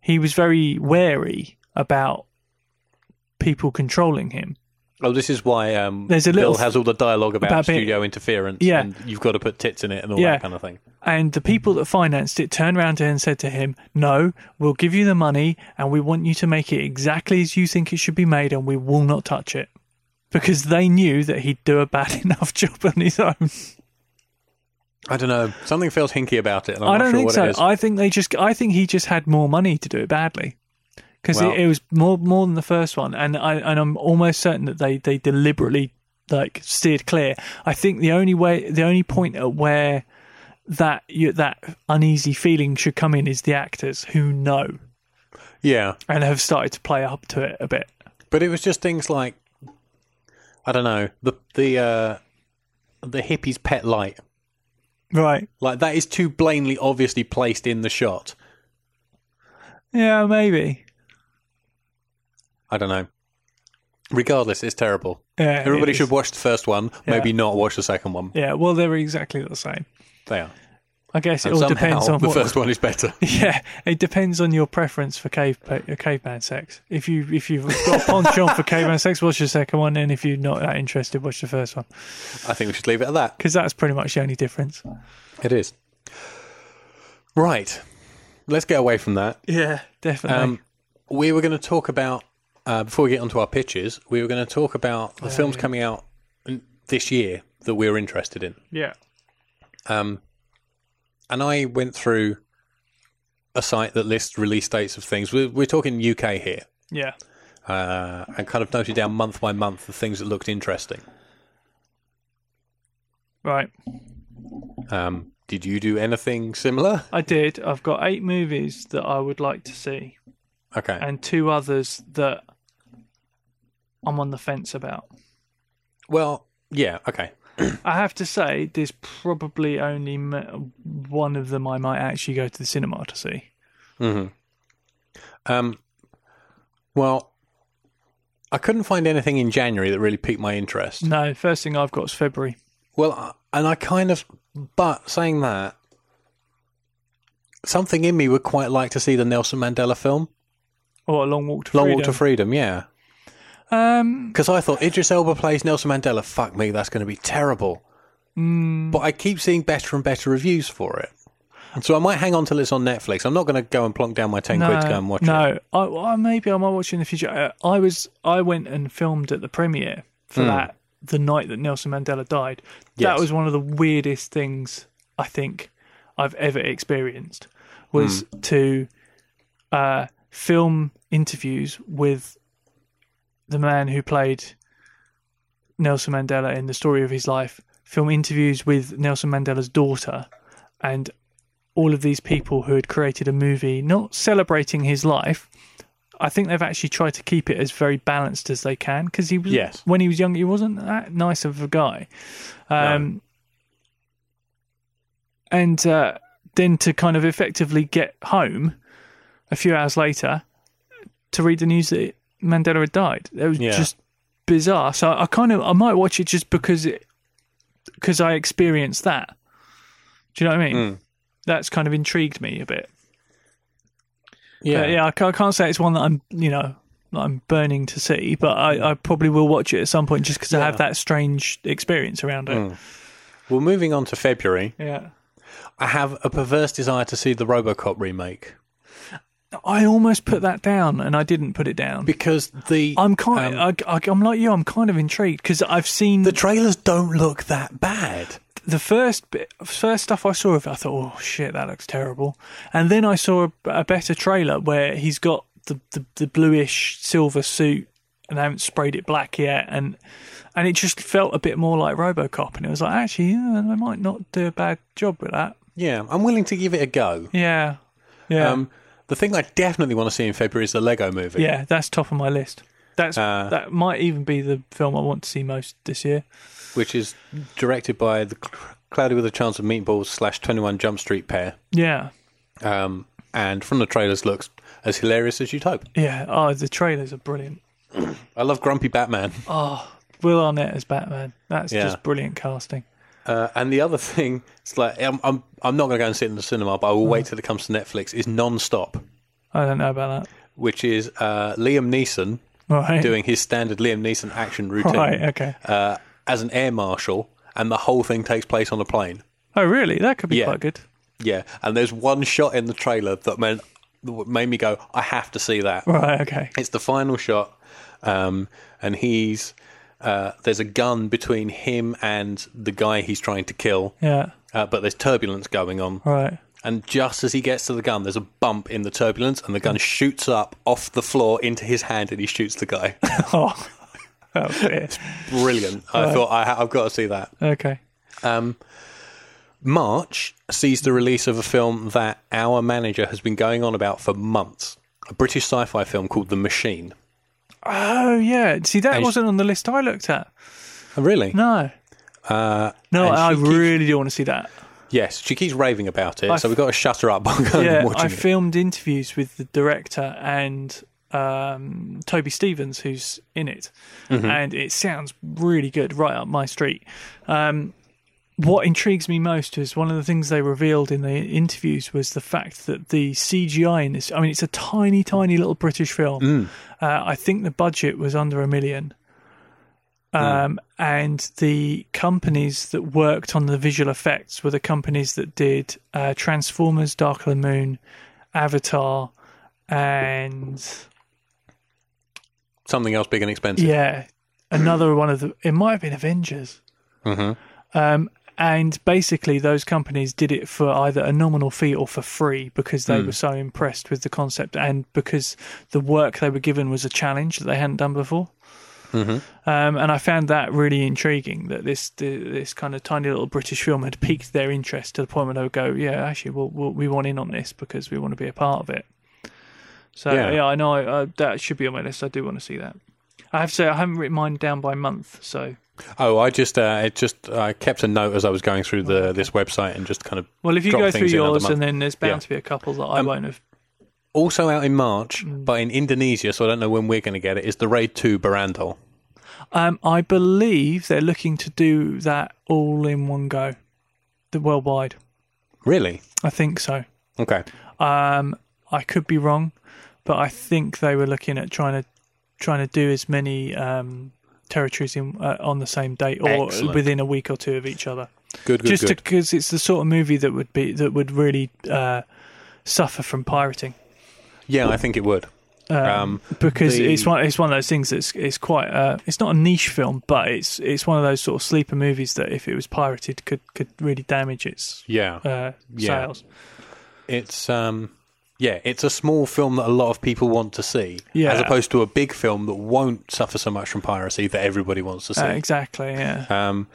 Speaker 2: he was very wary about people controlling him.
Speaker 1: Oh, this is why um,
Speaker 2: There's a little
Speaker 1: Bill has all the dialogue about,
Speaker 2: about it.
Speaker 1: studio interference
Speaker 2: Yeah.
Speaker 1: and you've got to put tits in it and all
Speaker 2: Yeah.
Speaker 1: that kind of thing.
Speaker 2: And the people that financed it turned around to him and said to him, No, we'll give you the money and we want you to make it exactly as you think it should be made and we will not touch it. Because they knew that he'd do a bad [laughs] enough job on his own.
Speaker 1: I don't know. Something feels hinky about it, and I'm
Speaker 2: I
Speaker 1: not
Speaker 2: don't
Speaker 1: sure
Speaker 2: think
Speaker 1: what it
Speaker 2: so.
Speaker 1: is.
Speaker 2: I think they just I think he just had more money to do it badly. Because
Speaker 1: Well-
Speaker 2: it, it was more more than the first one, and I and I'm almost certain that they, they deliberately like steered clear. I think the only way the only point at where that you, that uneasy feeling should come in is the actors who know
Speaker 1: yeah.
Speaker 2: and have started to play up to it a bit.
Speaker 1: But it was just things like I don't know the the uh, the hippie's pet light.
Speaker 2: Right?
Speaker 1: Like that is too blatantly obviously placed in the shot.
Speaker 2: Yeah, maybe.
Speaker 1: I don't know. Regardless, it's terrible.
Speaker 2: Yeah,
Speaker 1: Everybody
Speaker 2: it
Speaker 1: should
Speaker 2: is.
Speaker 1: watch the first one. Maybe not watch the second one.
Speaker 2: Yeah, well, they were exactly the same.
Speaker 1: They are.
Speaker 2: I guess it
Speaker 1: And
Speaker 2: all
Speaker 1: somehow
Speaker 2: depends on
Speaker 1: the
Speaker 2: what
Speaker 1: first one is better.
Speaker 2: [laughs] Yeah, it depends on your preference for cave pa- uh, caveman sex. If you if you've got a penchant
Speaker 1: [laughs]
Speaker 2: for caveman sex, watch the second one, and if you're not that interested, watch the first one
Speaker 1: I think we should leave it at that.
Speaker 2: because that's pretty much the only difference.
Speaker 1: It is. Right. let's get away from that.
Speaker 2: Yeah, definitely.
Speaker 1: Um, we were going to talk about uh, before we get onto our pitches. We were going to talk about the films coming out n- this year that we are interested in.
Speaker 2: yeah.
Speaker 1: Um, and I went through a site that lists release dates of things. We're, we're talking UK here,
Speaker 2: Yeah.
Speaker 1: uh, and kind of noted down month by month the things that looked interesting.
Speaker 2: Right.
Speaker 1: Um, did you do anything similar?
Speaker 2: I did. I've got eight movies that I would like to see,
Speaker 1: Okay.
Speaker 2: and two others that I'm on the fence about.
Speaker 1: well, yeah. Okay.
Speaker 2: I have to say, there's probably only m- one of them I might actually go to the cinema to see.
Speaker 1: Um, well, I couldn't find anything in January that really piqued my interest.
Speaker 2: No, first thing I've got is February.
Speaker 1: Well, I- and I kind of, but saying that, something in me would quite like to see the Nelson Mandela film,
Speaker 2: Oh, a long walk to
Speaker 1: Long
Speaker 2: freedom.
Speaker 1: Walk to Freedom. Yeah,
Speaker 2: um,
Speaker 1: because I thought Idris Elba plays Nelson Mandela. Fuck me, that's going to be terrible.
Speaker 2: Mm.
Speaker 1: But I keep seeing better and better reviews for it. And So I might hang on till it's on Netflix. I'm not going to go and plonk down my ten quid to go and watch it.
Speaker 2: no, I, I maybe I might watch it in the future. Uh, I was I went and filmed at the premiere for that the night that Nelson Mandela died.
Speaker 1: Hmm.
Speaker 2: That
Speaker 1: Yes.
Speaker 2: was one of the weirdest things I think I've ever experienced was
Speaker 1: Hmm.
Speaker 2: to uh, film interviews with the man who played Nelson Mandela in the story of his life, film interviews with Nelson Mandela's daughter, and all of these people who had created a movie not celebrating his life. I think they've actually tried to keep it as very balanced as they can because he was
Speaker 1: Yes.
Speaker 2: when he was young he wasn't that nice of a guy, um, and uh, then to kind of effectively get home a few hours later to read the news that Mandela had died. That was
Speaker 1: Yeah.
Speaker 2: just bizarre. So I kind of I might watch it just because it because I experienced that. Do you know what I mean? That's kind of intrigued me a bit. Yeah, yeah. I, ca- I can't say it's one that I'm you know that I'm burning to see, but I, I probably will watch it at some point just because I have that strange experience around it.
Speaker 1: Well, moving on to February,
Speaker 2: Yeah.
Speaker 1: I have a perverse desire to see the RoboCop remake
Speaker 2: I almost put that down, and I didn't put it down.
Speaker 1: because the
Speaker 2: I'm kind. I, I, I'm like you. I'm kind of intrigued because I've seen
Speaker 1: the trailers don't look that bad.
Speaker 2: the first bit, first stuff I saw of it, I thought, oh shit, that looks terrible. And then I saw a, a better trailer where he's got the, the, the bluish silver suit and they haven't sprayed it black yet. And and it just felt a bit more like Robocop. And it was like, actually, yeah, they might not do a bad job with that.
Speaker 1: Yeah, I'm willing to give it a go.
Speaker 2: Yeah. Yeah.
Speaker 1: Um, the thing I definitely want to see in February is the Lego movie.
Speaker 2: yeah, that's top of my list. That's
Speaker 1: uh,
Speaker 2: That might even be the film I want to see most this year.
Speaker 1: Which is directed by the Cl- Cloudy with a Chance of Meatballs slash 21 Jump Street pair.
Speaker 2: Yeah.
Speaker 1: Um, and from the trailers, looks as hilarious as you'd hope.
Speaker 2: Yeah. Oh, the trailers are brilliant.
Speaker 1: I love Grumpy Batman.
Speaker 2: Oh. Will Arnett as Batman. That's
Speaker 1: Yeah.
Speaker 2: just brilliant casting.
Speaker 1: Uh, and the other thing, it's like, I'm, I'm, I'm not going to go and sit in the cinema, but I will
Speaker 2: Mm.
Speaker 1: wait till it comes to Netflix, is Non-Stop,
Speaker 2: I don't know about that.
Speaker 1: which is uh, Liam Neeson
Speaker 2: Right.
Speaker 1: doing his standard Liam Neeson action routine
Speaker 2: Right. Okay.
Speaker 1: uh, as an air marshal, and the whole thing takes place on a plane.
Speaker 2: Oh, really? That could be
Speaker 1: Yeah.
Speaker 2: quite good.
Speaker 1: Yeah, and there's one shot in the trailer that made, that made me go, I have to see that.
Speaker 2: Right. Okay.
Speaker 1: It's the final shot, um, and he's uh, there's a gun between him and the guy he's trying to kill,
Speaker 2: Yeah.
Speaker 1: uh, but there's turbulence going on.
Speaker 2: Right. [laughs]
Speaker 1: And just as he gets to the gun, there's a bump in the turbulence, and the gun shoots up off the floor into his hand, and he shoots the guy.
Speaker 2: Oh. [laughs] oh dear.
Speaker 1: Brilliant! I thought I ha- I've got to see that.
Speaker 2: Okay.
Speaker 1: March sees the release of a film that our manager has been going on about for months. A British sci-fi film called The Machine.
Speaker 2: Oh yeah. See, that
Speaker 1: And-
Speaker 2: wasn't on the list I looked at.
Speaker 1: Oh, really?
Speaker 2: No.
Speaker 1: Uh,
Speaker 2: No,
Speaker 1: and
Speaker 2: I
Speaker 1: she keeps-
Speaker 2: really do want to see that.
Speaker 1: Yes, she keeps raving about it,
Speaker 2: I
Speaker 1: so
Speaker 2: f-
Speaker 1: we've got to shut her up. [laughs] I'm going
Speaker 2: Yeah,
Speaker 1: and
Speaker 2: I
Speaker 1: watching it.
Speaker 2: filmed interviews with the director and um, Toby Stevens, who's in it,
Speaker 1: Mm-hmm.
Speaker 2: and it sounds really good, right up my street. Um, what intrigues me most is one of the things they revealed in the interviews was the fact that the CGI in this, I mean, it's a tiny, tiny little British film.
Speaker 1: Mm.
Speaker 2: Uh, I think the budget was under a million. Um, And the companies that worked on the visual effects were the companies that did uh, Transformers, Dark of the Moon, Avatar, and
Speaker 1: Something else big and expensive.
Speaker 2: yeah, another one of the. It might have been Avengers.
Speaker 1: Mhm.
Speaker 2: Um, and basically, those companies did it for either a nominal fee or for free because they were so impressed with the concept and because the work they were given was a challenge that they hadn't done before. Um, and I found that really intriguing that this the, this kind of tiny little British film had piqued their interest to the point where they would go, yeah, actually, we'll, we'll, we want in on this because we want to be a part of it. So
Speaker 1: Yeah.
Speaker 2: yeah, I know uh, that should be on my list. I do want to see that. I have to say I haven't written mine down by month, so
Speaker 1: Oh, I just uh, it just I kept a note as I was going through the this website and just kind of
Speaker 2: well if you
Speaker 1: drop
Speaker 2: go through
Speaker 1: things in at the
Speaker 2: yours
Speaker 1: month.
Speaker 2: and then there's bound
Speaker 1: Yeah. Um,
Speaker 2: to be a couple that I won't have.
Speaker 1: also out in March,
Speaker 2: Mm.
Speaker 1: but in Indonesia, so I don't know when we're going to get it. Is the Raid Two Barandal?
Speaker 2: Um, I believe they're looking to do that all in one go, the worldwide.
Speaker 1: Really?
Speaker 2: I think so.
Speaker 1: Okay.
Speaker 2: Um, I could be wrong, but I think they were looking at trying to trying to do as many um, territories in, uh, on the same date or
Speaker 1: Excellent.
Speaker 2: within a week or two of each other.
Speaker 1: Good. Good.
Speaker 2: Just
Speaker 1: good.
Speaker 2: because it's the sort of movie that would be that would really uh, suffer from pirating
Speaker 1: yeah, I think it would. Um,
Speaker 2: because
Speaker 1: The-
Speaker 2: it's one it's one of those things that's it's quite uh, it's not a niche film, but it's it's one of those sort of sleeper movies that if it was pirated could could really damage its
Speaker 1: yeah.
Speaker 2: uh,
Speaker 1: Yeah.
Speaker 2: sales.
Speaker 1: it's um yeah, it's a small film that a lot of people want to see,
Speaker 2: Yeah.
Speaker 1: as opposed to a big film that won't suffer so much from piracy that everybody wants to see.
Speaker 2: Uh, exactly. Yeah.
Speaker 1: Um,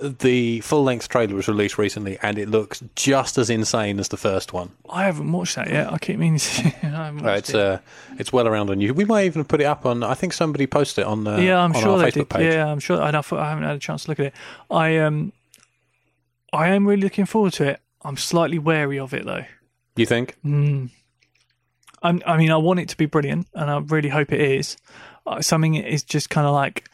Speaker 1: the full length trailer was released recently, and it looks just as insane as the first one.
Speaker 2: I haven't watched that yet. I keep meaning to. [laughs] I haven't
Speaker 1: Uh,
Speaker 2: watched
Speaker 1: it's
Speaker 2: it.
Speaker 1: uh, it's well around on YouTube. We might even put it up on. I think somebody posted it on. Uh,
Speaker 2: yeah, I'm
Speaker 1: on
Speaker 2: sure
Speaker 1: our
Speaker 2: they
Speaker 1: Facebook
Speaker 2: did.
Speaker 1: page.
Speaker 2: Yeah, I'm sure. And I, thought, I haven't had a chance to look at it. I um, I am really looking forward to it. I'm slightly wary of it though.
Speaker 1: You think?
Speaker 2: I'm, I mean, I want it to be brilliant, and I really hope it is. Uh, something is just kind of like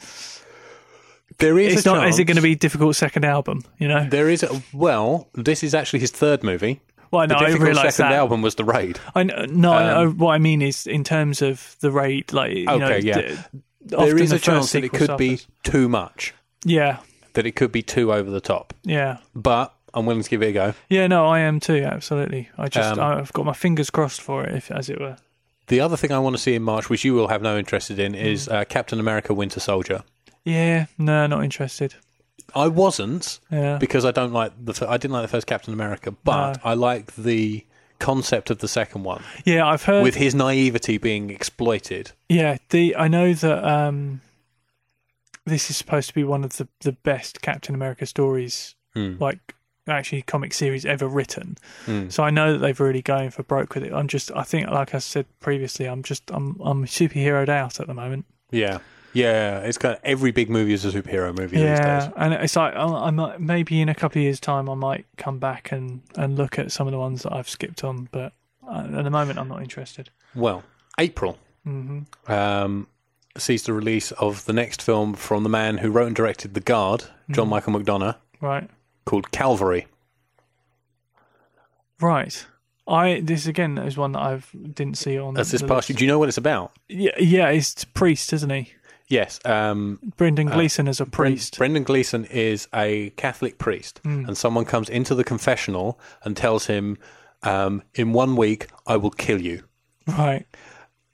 Speaker 1: There is.
Speaker 2: it's,
Speaker 1: a
Speaker 2: not. Is it
Speaker 1: chance-
Speaker 2: going to be a difficult second album? You know.
Speaker 1: There is. A, well, this is actually his third movie.
Speaker 2: Well,
Speaker 1: the
Speaker 2: no, I
Speaker 1: difficult
Speaker 2: realise
Speaker 1: second
Speaker 2: that.
Speaker 1: album was the raid.
Speaker 2: I kn- no, I know what I mean is in terms of the rate, like you know,
Speaker 1: Okay, yeah.
Speaker 2: the-
Speaker 1: There
Speaker 2: often
Speaker 1: is
Speaker 2: the
Speaker 1: a
Speaker 2: first
Speaker 1: chance that it
Speaker 2: sequel
Speaker 1: could be
Speaker 2: suffers.
Speaker 1: too much.
Speaker 2: Yeah,
Speaker 1: That it could be too over the top.
Speaker 2: yeah.
Speaker 1: But I'm willing to give it a go.
Speaker 2: Yeah, no, I am too. Absolutely. I just
Speaker 1: Um,
Speaker 2: I've got my fingers crossed for it, if as it were.
Speaker 1: The other thing I want to see in March, which you will have no interest in, is uh, Captain America: Winter Soldier.
Speaker 2: Yeah, no, not interested.
Speaker 1: I wasn't
Speaker 2: Yeah,
Speaker 1: because I don't like the. F- I didn't like the first Captain America, but I like the concept of the second one
Speaker 2: yeah. I've heard.
Speaker 1: with his naivety being exploited.
Speaker 2: yeah, the I know that um, this is supposed to be one of the the best Captain America stories,
Speaker 1: Hmm.
Speaker 2: like actually comic series ever written. So I know that they've really going for broke with it. I'm just, I think, like I said previously, I'm just, I'm, I'm superheroed out at the moment.
Speaker 1: Yeah, yeah. It's kind of every big movie is a superhero movie these
Speaker 2: Yeah,
Speaker 1: days.
Speaker 2: and it's like I, I might maybe in a couple of years' time I might come back and and look at some of the ones that I've skipped on, but uh, at the moment I'm not interested.
Speaker 1: Well, April
Speaker 2: Mm-hmm.
Speaker 1: um, sees the release of the next film from the man who wrote and directed The Guard,
Speaker 2: Mm-hmm.
Speaker 1: John Michael McDonough,
Speaker 2: Right,
Speaker 1: called Calvary.
Speaker 2: right. I this again is one that I've didn't see on.
Speaker 1: That's this
Speaker 2: the
Speaker 1: past. year.
Speaker 2: list.
Speaker 1: Do you know what it's about?
Speaker 2: Yeah, yeah, it's priest, isn't he?
Speaker 1: Yes. Um,
Speaker 2: Brendan Gleeson as a priest.
Speaker 1: Brendan Gleeson is a Catholic priest, and someone comes into the confessional and tells him, um, "In one week, I will kill you."
Speaker 2: right, [laughs]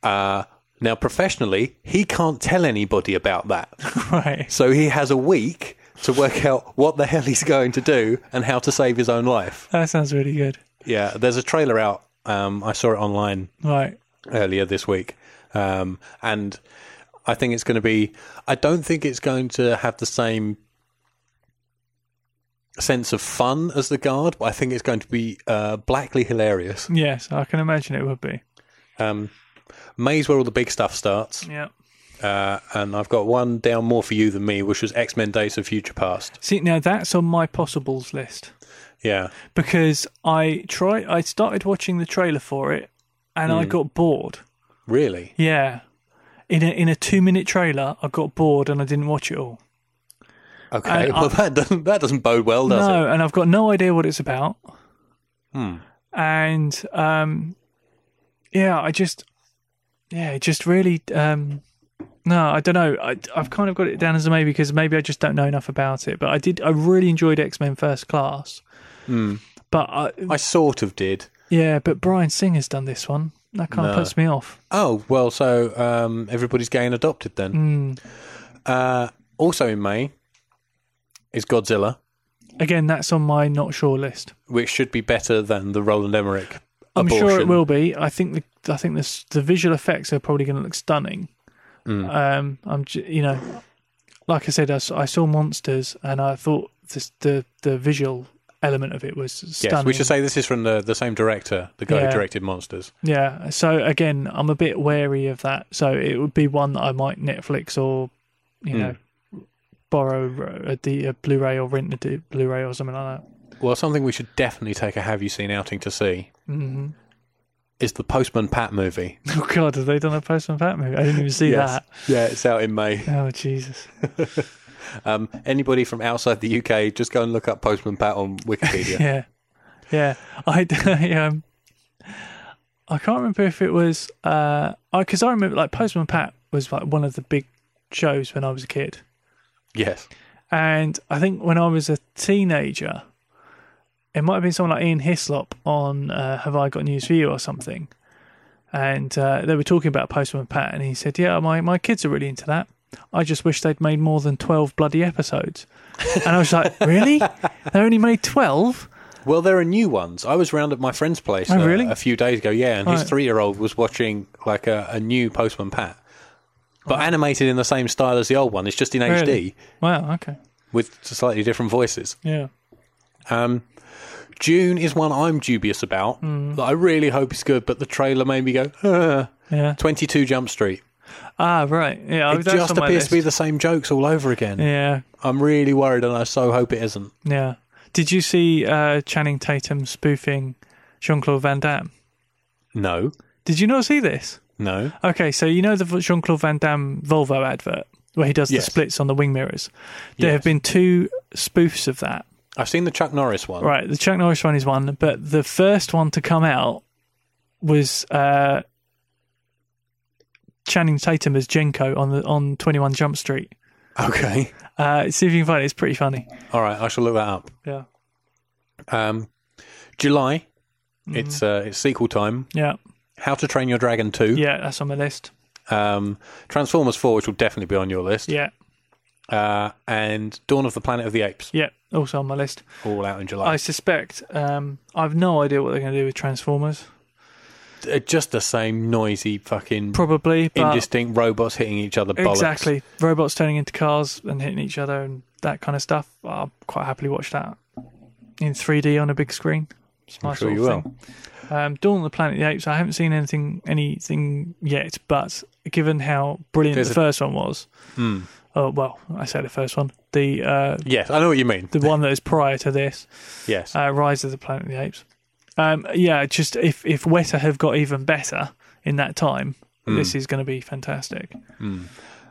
Speaker 1: Uh, now, professionally, he can't tell anybody about that,
Speaker 2: right.
Speaker 1: so he has a week to work out what the hell he's going to do and how to save his own life.
Speaker 2: That sounds really good.
Speaker 1: Yeah, there's a trailer out. Um, I saw it online
Speaker 2: Right.
Speaker 1: earlier this week. Um, and I think it's going to be, I don't think it's going to have the same sense of fun as The Guard, but I think it's going to be uh, blackly hilarious.
Speaker 2: Yes, I can imagine it would be.
Speaker 1: Um, May's where all the big stuff starts.
Speaker 2: Yeah.
Speaker 1: Uh, and I've got one down more for you than me, which was X Men Days of Future Past.
Speaker 2: See, now that's on my possibles list.
Speaker 1: Yeah.
Speaker 2: because I tried. I started watching the trailer for it, and
Speaker 1: Hmm.
Speaker 2: I got bored.
Speaker 1: Really?
Speaker 2: Yeah, in a in a two minute trailer, I got bored and I didn't watch it all.
Speaker 1: Okay. [laughs]
Speaker 2: And
Speaker 1: well, that doesn't that doesn't bode well, does
Speaker 2: no,
Speaker 1: it? Hmm.
Speaker 2: and I've got no idea what it's about. And um, yeah, I just yeah, it just really um. No, I don't know. I, I've kind of got it down as a maybe because maybe I just don't know enough about it. But
Speaker 1: Hmm.
Speaker 2: I did. I really enjoyed X Men First Class. But I,
Speaker 1: I sort of did.
Speaker 2: Yeah, but Brian Singer's done this one. That kind of
Speaker 1: No.
Speaker 2: puts me off.
Speaker 1: Oh, well, so um, everybody's gay and adopted then.
Speaker 2: Mm.
Speaker 1: Uh, also in May is Godzilla,
Speaker 2: Again, that's on my not sure list.
Speaker 1: which should be better than the Roland Emmerich.
Speaker 2: I'm
Speaker 1: abortion.
Speaker 2: sure it will be. I think the I think this the visual effects are probably going to look stunning.
Speaker 1: Mm.
Speaker 2: Um, I'm j- you know, like I said, I, s- I saw monsters and I thought this the the visual element of it was
Speaker 1: Yes,
Speaker 2: stunning.
Speaker 1: we should say this is from the, the same director, the guy
Speaker 2: Yeah.
Speaker 1: who directed Monsters.
Speaker 2: yeah. So again, I'm a bit wary of that. So it would be one that I might Netflix or
Speaker 1: Mm.
Speaker 2: you know borrow uh, the uh, Blu-ray or rent a Blu-ray or something like that. [laughs]
Speaker 1: Well, something we should definitely take a have you seen outing to see
Speaker 2: Mm-hmm.
Speaker 1: is the Postman Pat movie.
Speaker 2: Oh God, have they done a Postman Pat movie? I didn't even see [laughs] that.
Speaker 1: Yeah, it's out in May.
Speaker 2: Oh Jesus.
Speaker 1: Um, anybody from outside the UK, just go and look up Postman Pat on Wikipedia.
Speaker 2: [laughs] Yeah, yeah. I, [laughs] I um, I can't remember if it was uh, because I remember like Postman Pat was like one of the big shows when I was a kid,
Speaker 1: Yes.
Speaker 2: and I think when I was a teenager, it might have been someone like Ian Hislop on uh, Have I Got News for You or something, and uh, they were talking about Postman Pat, and he said, "Yeah, my my kids are really into that." I just wish they'd made more than 12 bloody episodes. And I was like, really? They only made 12?
Speaker 1: Well, there are new ones. I was round at my friend's place
Speaker 2: Oh,
Speaker 1: uh,
Speaker 2: really?
Speaker 1: a few days ago, yeah, and his
Speaker 2: Right.
Speaker 1: three year old was watching like a, a new Postman Pat, but animated in the same style as the old one. It's just in HD
Speaker 2: Really? Wow, okay.
Speaker 1: with slightly different voices.
Speaker 2: Yeah.
Speaker 1: Um, June is one I'm dubious about
Speaker 2: Hmm.
Speaker 1: that I really hope is good, but the trailer made me go, "Huh."
Speaker 2: Yeah.
Speaker 1: 22 Jump Street.
Speaker 2: Ah, right. Yeah,
Speaker 1: It
Speaker 2: that's
Speaker 1: just
Speaker 2: on my
Speaker 1: appears to be
Speaker 2: list.
Speaker 1: the same jokes all over again.
Speaker 2: Yeah,
Speaker 1: I'm really worried, and I so hope it isn't.
Speaker 2: yeah. Did you see uh, Channing Tatum spoofing Jean Claude Van Damme?
Speaker 1: No,
Speaker 2: Did you not see this?
Speaker 1: no.
Speaker 2: Okay, so you know the Jean Claude Van Damme Volvo advert where he does
Speaker 1: Yes.
Speaker 2: the splits on the wing mirrors. There
Speaker 1: Yes.
Speaker 2: have been two spoofs of that.
Speaker 1: I've seen the Chuck Norris one.
Speaker 2: Right, the Chuck Norris one is one, but the first one to come out was uh, Channing Tatum as Jenko on the on Twenty One Jump Street.
Speaker 1: Okay.
Speaker 2: Uh, see if you can find it. It's pretty funny.
Speaker 1: All right, I shall look that up.
Speaker 2: Yeah.
Speaker 1: Um, July,
Speaker 2: Mm-hmm.
Speaker 1: it's uh, it's sequel time.
Speaker 2: Yeah.
Speaker 1: How to Train Your Dragon Two,
Speaker 2: Yeah, that's on my list.
Speaker 1: um, Transformers Four, which will definitely be on your list,
Speaker 2: Yeah.
Speaker 1: uh, and Dawn of the Planet of the Apes,
Speaker 2: Yeah. Also on my list.
Speaker 1: all out in July.
Speaker 2: I suspect um, I've no idea what they're going to do with Transformers.
Speaker 1: Uh, Just the same noisy fucking
Speaker 2: Probably. But
Speaker 1: indistinct robots hitting each other. Bollocks.
Speaker 2: uh, exactly. Robots turning into cars and hitting each other and that kind of stuff. I'll quite happily watch that in 3D on a big screen. It's my
Speaker 1: I'm sure
Speaker 2: sort
Speaker 1: you
Speaker 2: of thing.
Speaker 1: will.
Speaker 2: Um, Dawn of the Planet of the Apes. I haven't seen anything anything yet, but given how brilliant
Speaker 1: There's
Speaker 2: the
Speaker 1: a- Hmm.
Speaker 2: first one was, oh well, I say the first one, the uh,
Speaker 1: Yes, I know what you mean.
Speaker 2: the one that is prior to this,
Speaker 1: Yes,
Speaker 2: uh, Rise of the Planet of the Apes. Um, yeah, just if if Weta have got even better in that time, this is going to be fantastic.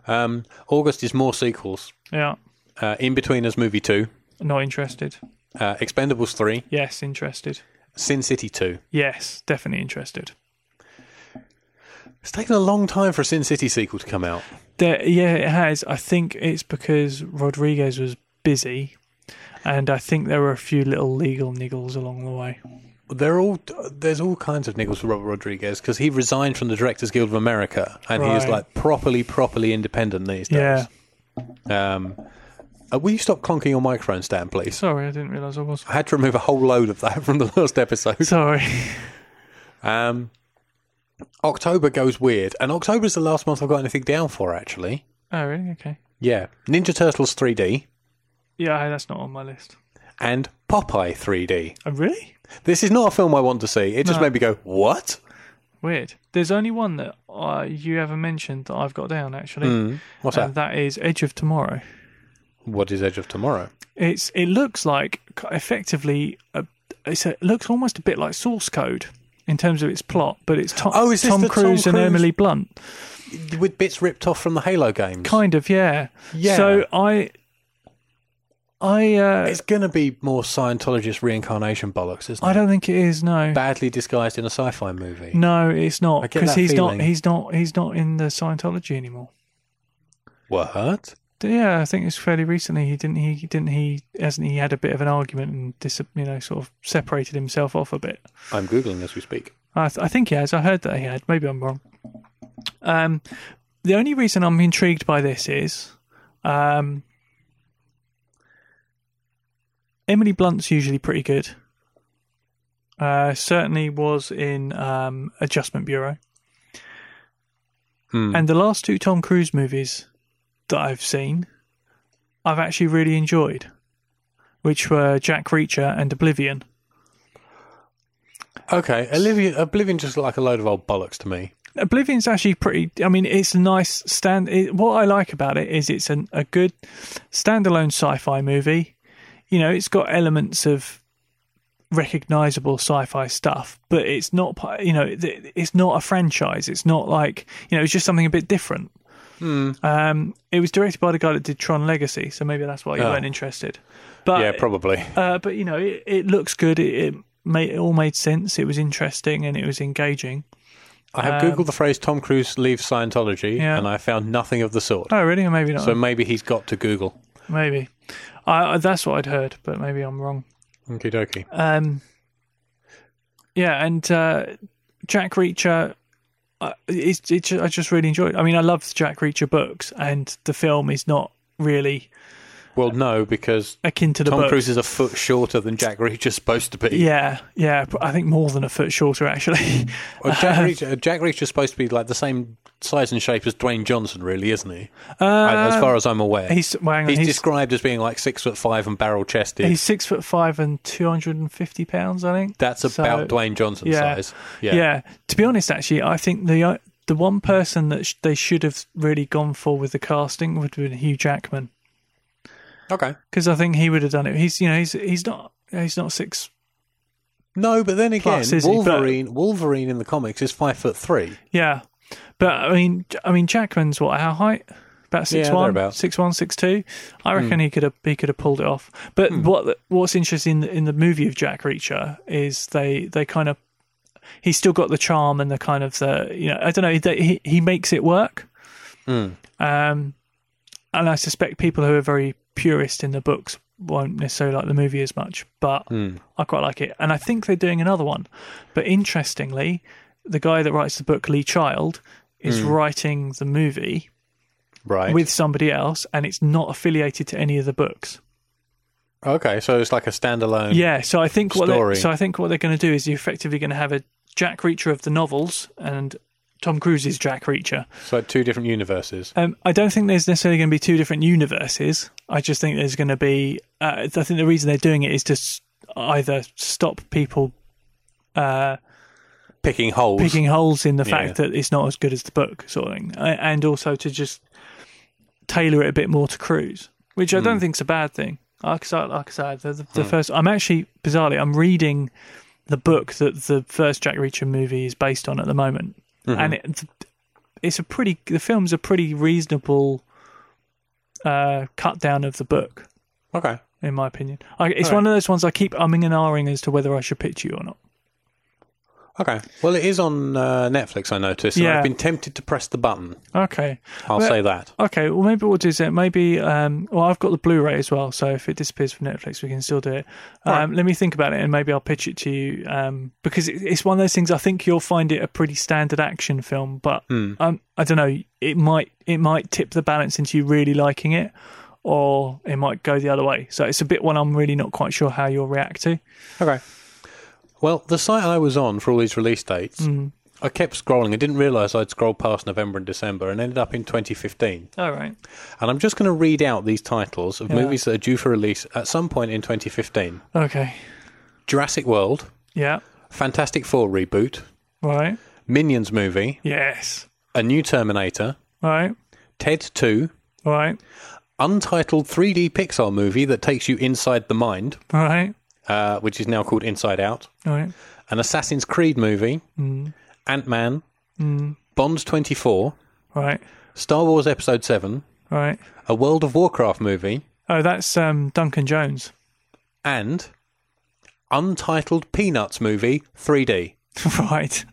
Speaker 1: um, August is more sequels.
Speaker 2: Yeah,
Speaker 1: Uh, in between us, movie two,
Speaker 2: not interested.
Speaker 1: uh, Expendables three,
Speaker 2: Yes, interested.
Speaker 1: Sin City two.
Speaker 2: Yes, definitely interested.
Speaker 1: It's taken a long time for a Sin City sequel to come out.
Speaker 2: There, yeah, it has. I think it's because Rodriguez was busy, and I think there were a few little legal niggles along the way.
Speaker 1: They're all there's all kinds of niggles for Robert Rodriguez because he resigned from the Directors Guild of America and he is
Speaker 2: Right.
Speaker 1: like properly properly independent these
Speaker 2: Yeah,
Speaker 1: days. Um, uh, will you stop clonking your microphone stand, please?
Speaker 2: sorry, I didn't realize I was.
Speaker 1: I had to remove a whole load of that [laughs] from the last episode.
Speaker 2: Sorry. [laughs]
Speaker 1: Um, October goes weird, and October's the last month I've got anything down for actually.
Speaker 2: Oh, really? Okay.
Speaker 1: Yeah, Ninja Turtles 3D
Speaker 2: Yeah, that's not on my list.
Speaker 1: and Popeye 3D.
Speaker 2: Oh, really?
Speaker 1: This is not a film I want to see. It just made me go, "What?"
Speaker 2: Weird. There's only one that uh, you ever mentioned that I've got down actually,
Speaker 1: Hmm. What's
Speaker 2: and
Speaker 1: that?
Speaker 2: that is Edge of Tomorrow.
Speaker 1: What is Edge of Tomorrow?
Speaker 2: It's it looks like c- effectively a, it's a, it looks almost a bit like Source Code in terms of its plot, but it's Tom,
Speaker 1: Oh, is this
Speaker 2: Tom,
Speaker 1: the Tom
Speaker 2: Cruise and
Speaker 1: Cruise-
Speaker 2: Emily Blunt,
Speaker 1: with bits ripped off from the Halo games.
Speaker 2: kind of. Yeah.
Speaker 1: Yeah.
Speaker 2: So I, I, uh,
Speaker 1: It's going to be more Scientologist reincarnation bollocks, isn't it?
Speaker 2: I Mm. don't think it is. No.
Speaker 1: Badly disguised in a sci-fi movie.
Speaker 2: No, it's not
Speaker 1: get
Speaker 2: because
Speaker 1: that
Speaker 2: he's
Speaker 1: feeling.
Speaker 2: not. He's not. He's not in the Scientology anymore.
Speaker 1: What?
Speaker 2: yeah, I think it's fairly recently. He didn't he didn't he hasn't he had a bit of an argument and dis, you know sort of separated himself off a bit.
Speaker 1: I'm googling as we speak.
Speaker 2: I, th- I think he has. I heard that he had. Maybe I'm wrong. Um, the only reason I'm intrigued by this is, um, Emily Blunt's usually pretty good. Uh, certainly was in um, Adjustment Bureau.
Speaker 1: Hmm.
Speaker 2: And the last two Tom Cruise movies that I've seen, I've actually really enjoyed, which were Jack Reacher and Oblivion.
Speaker 1: Okay, Oblivion, Oblivion just looked like a load of old bollocks to me.
Speaker 2: Oblivion's actually pretty. I mean, it's a nice stand. It, what I like about it is it's an, a good standalone sci-fi movie. You know, it's got elements of recognizable sci-fi stuff, but it's not. pa- You know, it- it's not a franchise. It's not like you know, it's just something a bit different.
Speaker 1: Hmm.
Speaker 2: Um, it was directed by the guy that did Tron Legacy, so maybe that's why you
Speaker 1: Oh.
Speaker 2: weren't interested. But
Speaker 1: yeah, probably.
Speaker 2: uh, but you know, it, it looks good. It, it made it all made sense. It was interesting and it was engaging.
Speaker 1: I have googled the phrase Tom Cruise leaves Scientology,
Speaker 2: Um, Yeah.
Speaker 1: and I found nothing of the sort.
Speaker 2: Oh, really? Or maybe not.
Speaker 1: So maybe he's got to Google.
Speaker 2: Maybe. I, I that's what I'd heard, but maybe I'm wrong.
Speaker 1: Okie dokie.
Speaker 2: Um, yeah, and uh, Jack Reacher. Uh, it's, it's, I just really enjoyed. I mean, I love the Jack Reacher books, and the film is not really
Speaker 1: Well, no, because
Speaker 2: akin to the
Speaker 1: Tom
Speaker 2: books.
Speaker 1: Cruise is a foot shorter than Jack Reacher's supposed to be.
Speaker 2: Yeah, yeah. but I think more than a foot shorter, actually. [laughs]
Speaker 1: Well, Jack, Reacher, Jack Reacher's supposed to be like the same size and shape as Dwayne Johnson, really, isn't he?
Speaker 2: Uh,
Speaker 1: I- as far as I'm aware,
Speaker 2: he's well, hang on,
Speaker 1: he's,
Speaker 2: he's,
Speaker 1: described as being like six foot five and barrel chested.
Speaker 2: he's six foot five and two hundred and fifty pounds, I think.
Speaker 1: That's
Speaker 2: So-
Speaker 1: about Dwayne Johnson
Speaker 2: yeah.
Speaker 1: size.
Speaker 2: Yeah. To be honest, actually, I think the uh, the one person that sh- they should have really gone for with the casting would have been Hugh Jackman
Speaker 1: Okay.
Speaker 2: because I think he would have done it. He's you know he's he's not he's not six.
Speaker 1: No, but then again,
Speaker 2: Plus, is he? But-
Speaker 1: Wolverine Wolverine in the comics is five foot three.
Speaker 2: Yeah, but I mean I mean Jackman's what our height. About six one,
Speaker 1: thereabout.
Speaker 2: six one, six two. I reckon he could have he could have pulled it off. But what what's interesting in the, in the movie of Jack Reacher is they they kind of he's still got the charm and the kind of the you know I don't know they, he he makes it work. Um, and I suspect people who are very purist in the books won't necessarily like the movie as much, but
Speaker 1: Hmm.
Speaker 2: I quite like it. And I think they're doing another one. But interestingly, the guy that writes the book, Lee Child, is writing the movie
Speaker 1: Hmm. Right.
Speaker 2: with somebody else, and it's not affiliated to any of the books.
Speaker 1: okay, so it's like a standalone.
Speaker 2: Yeah, so I think what they're,
Speaker 1: Story.
Speaker 2: so I think what they're going to do is you're effectively going to have a Jack Reacher of the novels and Tom Cruise is Jack Reacher.
Speaker 1: So two different universes.
Speaker 2: Um, I don't think there's necessarily going to be two different universes. I just think there's going to be. Uh, I think the reason they're doing it is to s- either stop people
Speaker 1: Picking holes.
Speaker 2: picking holes in the fact that it's not as good as the book, sort of thing, A- and also to just tailor it a bit more to Cruise, which I don't think's a bad thing. Like I said, like I said, the, the first. I'm actually bizarrely, I'm reading the book that the first Jack Reacher movie is based on at the moment, and it, it's a pretty. The film's a pretty reasonable uh, cut down of the book,
Speaker 1: Okay.
Speaker 2: in my opinion. I, it's one of those ones I keep umming and ahhing as to whether I should pitch you or not.
Speaker 1: Okay. Well, it is on uh, Netflix, I noticed. and
Speaker 2: Yeah.
Speaker 1: I've been tempted to press the button.
Speaker 2: Okay,
Speaker 1: I'll
Speaker 2: Well-
Speaker 1: say that.
Speaker 2: Okay, well maybe we'll do is that maybe um well I've got the Blu-ray as well, so if it disappears from Netflix we can still do it. Um let me think about it and maybe I'll pitch it to you um because it, it's one of those things I think you'll find it a pretty standard action film, but um I don't know, it might it might tip the balance into you really liking it or it might go the other way. So it's a bit one I'm really not quite sure how you'll react to.
Speaker 1: Okay. Well, the site I was on for all these release dates,
Speaker 2: Mm-hmm.
Speaker 1: I kept scrolling. I didn't realise I'd scrolled past November and December and ended up in 2015.
Speaker 2: All right.
Speaker 1: And I'm just going to read out these titles of movies that are due for release at some point in 2015
Speaker 2: Okay.
Speaker 1: Jurassic World,
Speaker 2: Yeah.
Speaker 1: Fantastic Four reboot,
Speaker 2: Right.
Speaker 1: Minions movie,
Speaker 2: Yes.
Speaker 1: A New Terminator,
Speaker 2: Right.
Speaker 1: Ted 2,
Speaker 2: Right.
Speaker 1: untitled 3D Pixar movie that takes you inside the mind,
Speaker 2: Right.
Speaker 1: uh, which is now called Inside Out,
Speaker 2: Right.
Speaker 1: an Assassin's Creed movie, Ant Man, Bond 24,
Speaker 2: Right.
Speaker 1: Star Wars Episode 7,
Speaker 2: Right.
Speaker 1: a World of Warcraft movie,
Speaker 2: Oh, that's um, Duncan Jones. [laughs]
Speaker 1: and untitled Peanuts movie 3D.
Speaker 2: right.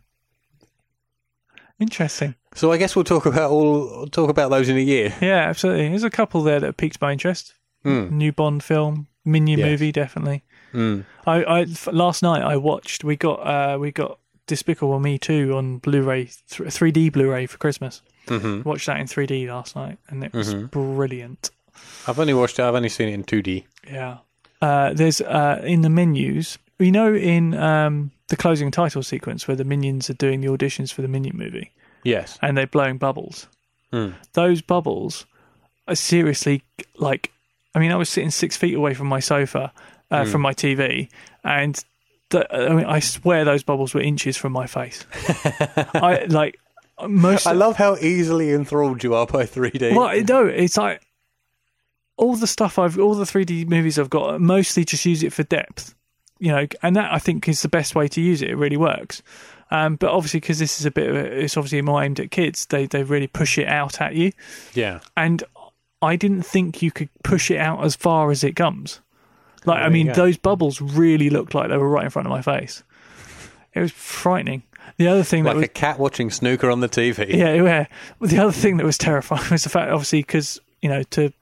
Speaker 2: Interesting.
Speaker 1: So I guess we'll talk about all talk about those in a year.
Speaker 2: Yeah, absolutely. There's a couple there that piqued my interest. New Bond film, Minion
Speaker 1: Yes.
Speaker 2: movie, definitely. I, I f- last night I watched. We got uh, we got Despicable Me Two on Blu-ray, th- 3D Blu-ray for Christmas. Mm-hmm. Watched that in 3D last night, and it was brilliant.
Speaker 1: I've only watched it. I've only seen it in 2D.
Speaker 2: Yeah. Uh, there's uh, in the menus. You know, in um, the closing title sequence where the minions are doing the auditions for the Minion movie.
Speaker 1: Yes.
Speaker 2: and they're blowing bubbles.
Speaker 1: Hmm.
Speaker 2: Those bubbles are seriously like, I mean, I was sitting six feet away from my sofa, uh,
Speaker 1: Hmm.
Speaker 2: from my TV, and th- I mean, I swear those bubbles were inches from
Speaker 1: [laughs]
Speaker 2: my face. I like most.
Speaker 1: I love how easily enthralled you are by 3D.
Speaker 2: well, no, it's like all the stuff I've, all the 3D movies I've got, mostly just use it for depth, you know, and that I think is the best way to use it. It really works. Um, but obviously, because this is a bit, of a, it's obviously more aimed at kids. They they really push it out at you
Speaker 1: Yeah.
Speaker 2: and I didn't think you could push it out as far as it comes. Like, I mean,
Speaker 1: you go.
Speaker 2: those bubbles really looked like they were right in front of my face. It was frightening. The other thing that
Speaker 1: Like
Speaker 2: was
Speaker 1: a cat watching snooker on the TV.
Speaker 2: yeah, yeah. Well, the other thing that was terrifying [laughs] was the fact, obviously, because you know, to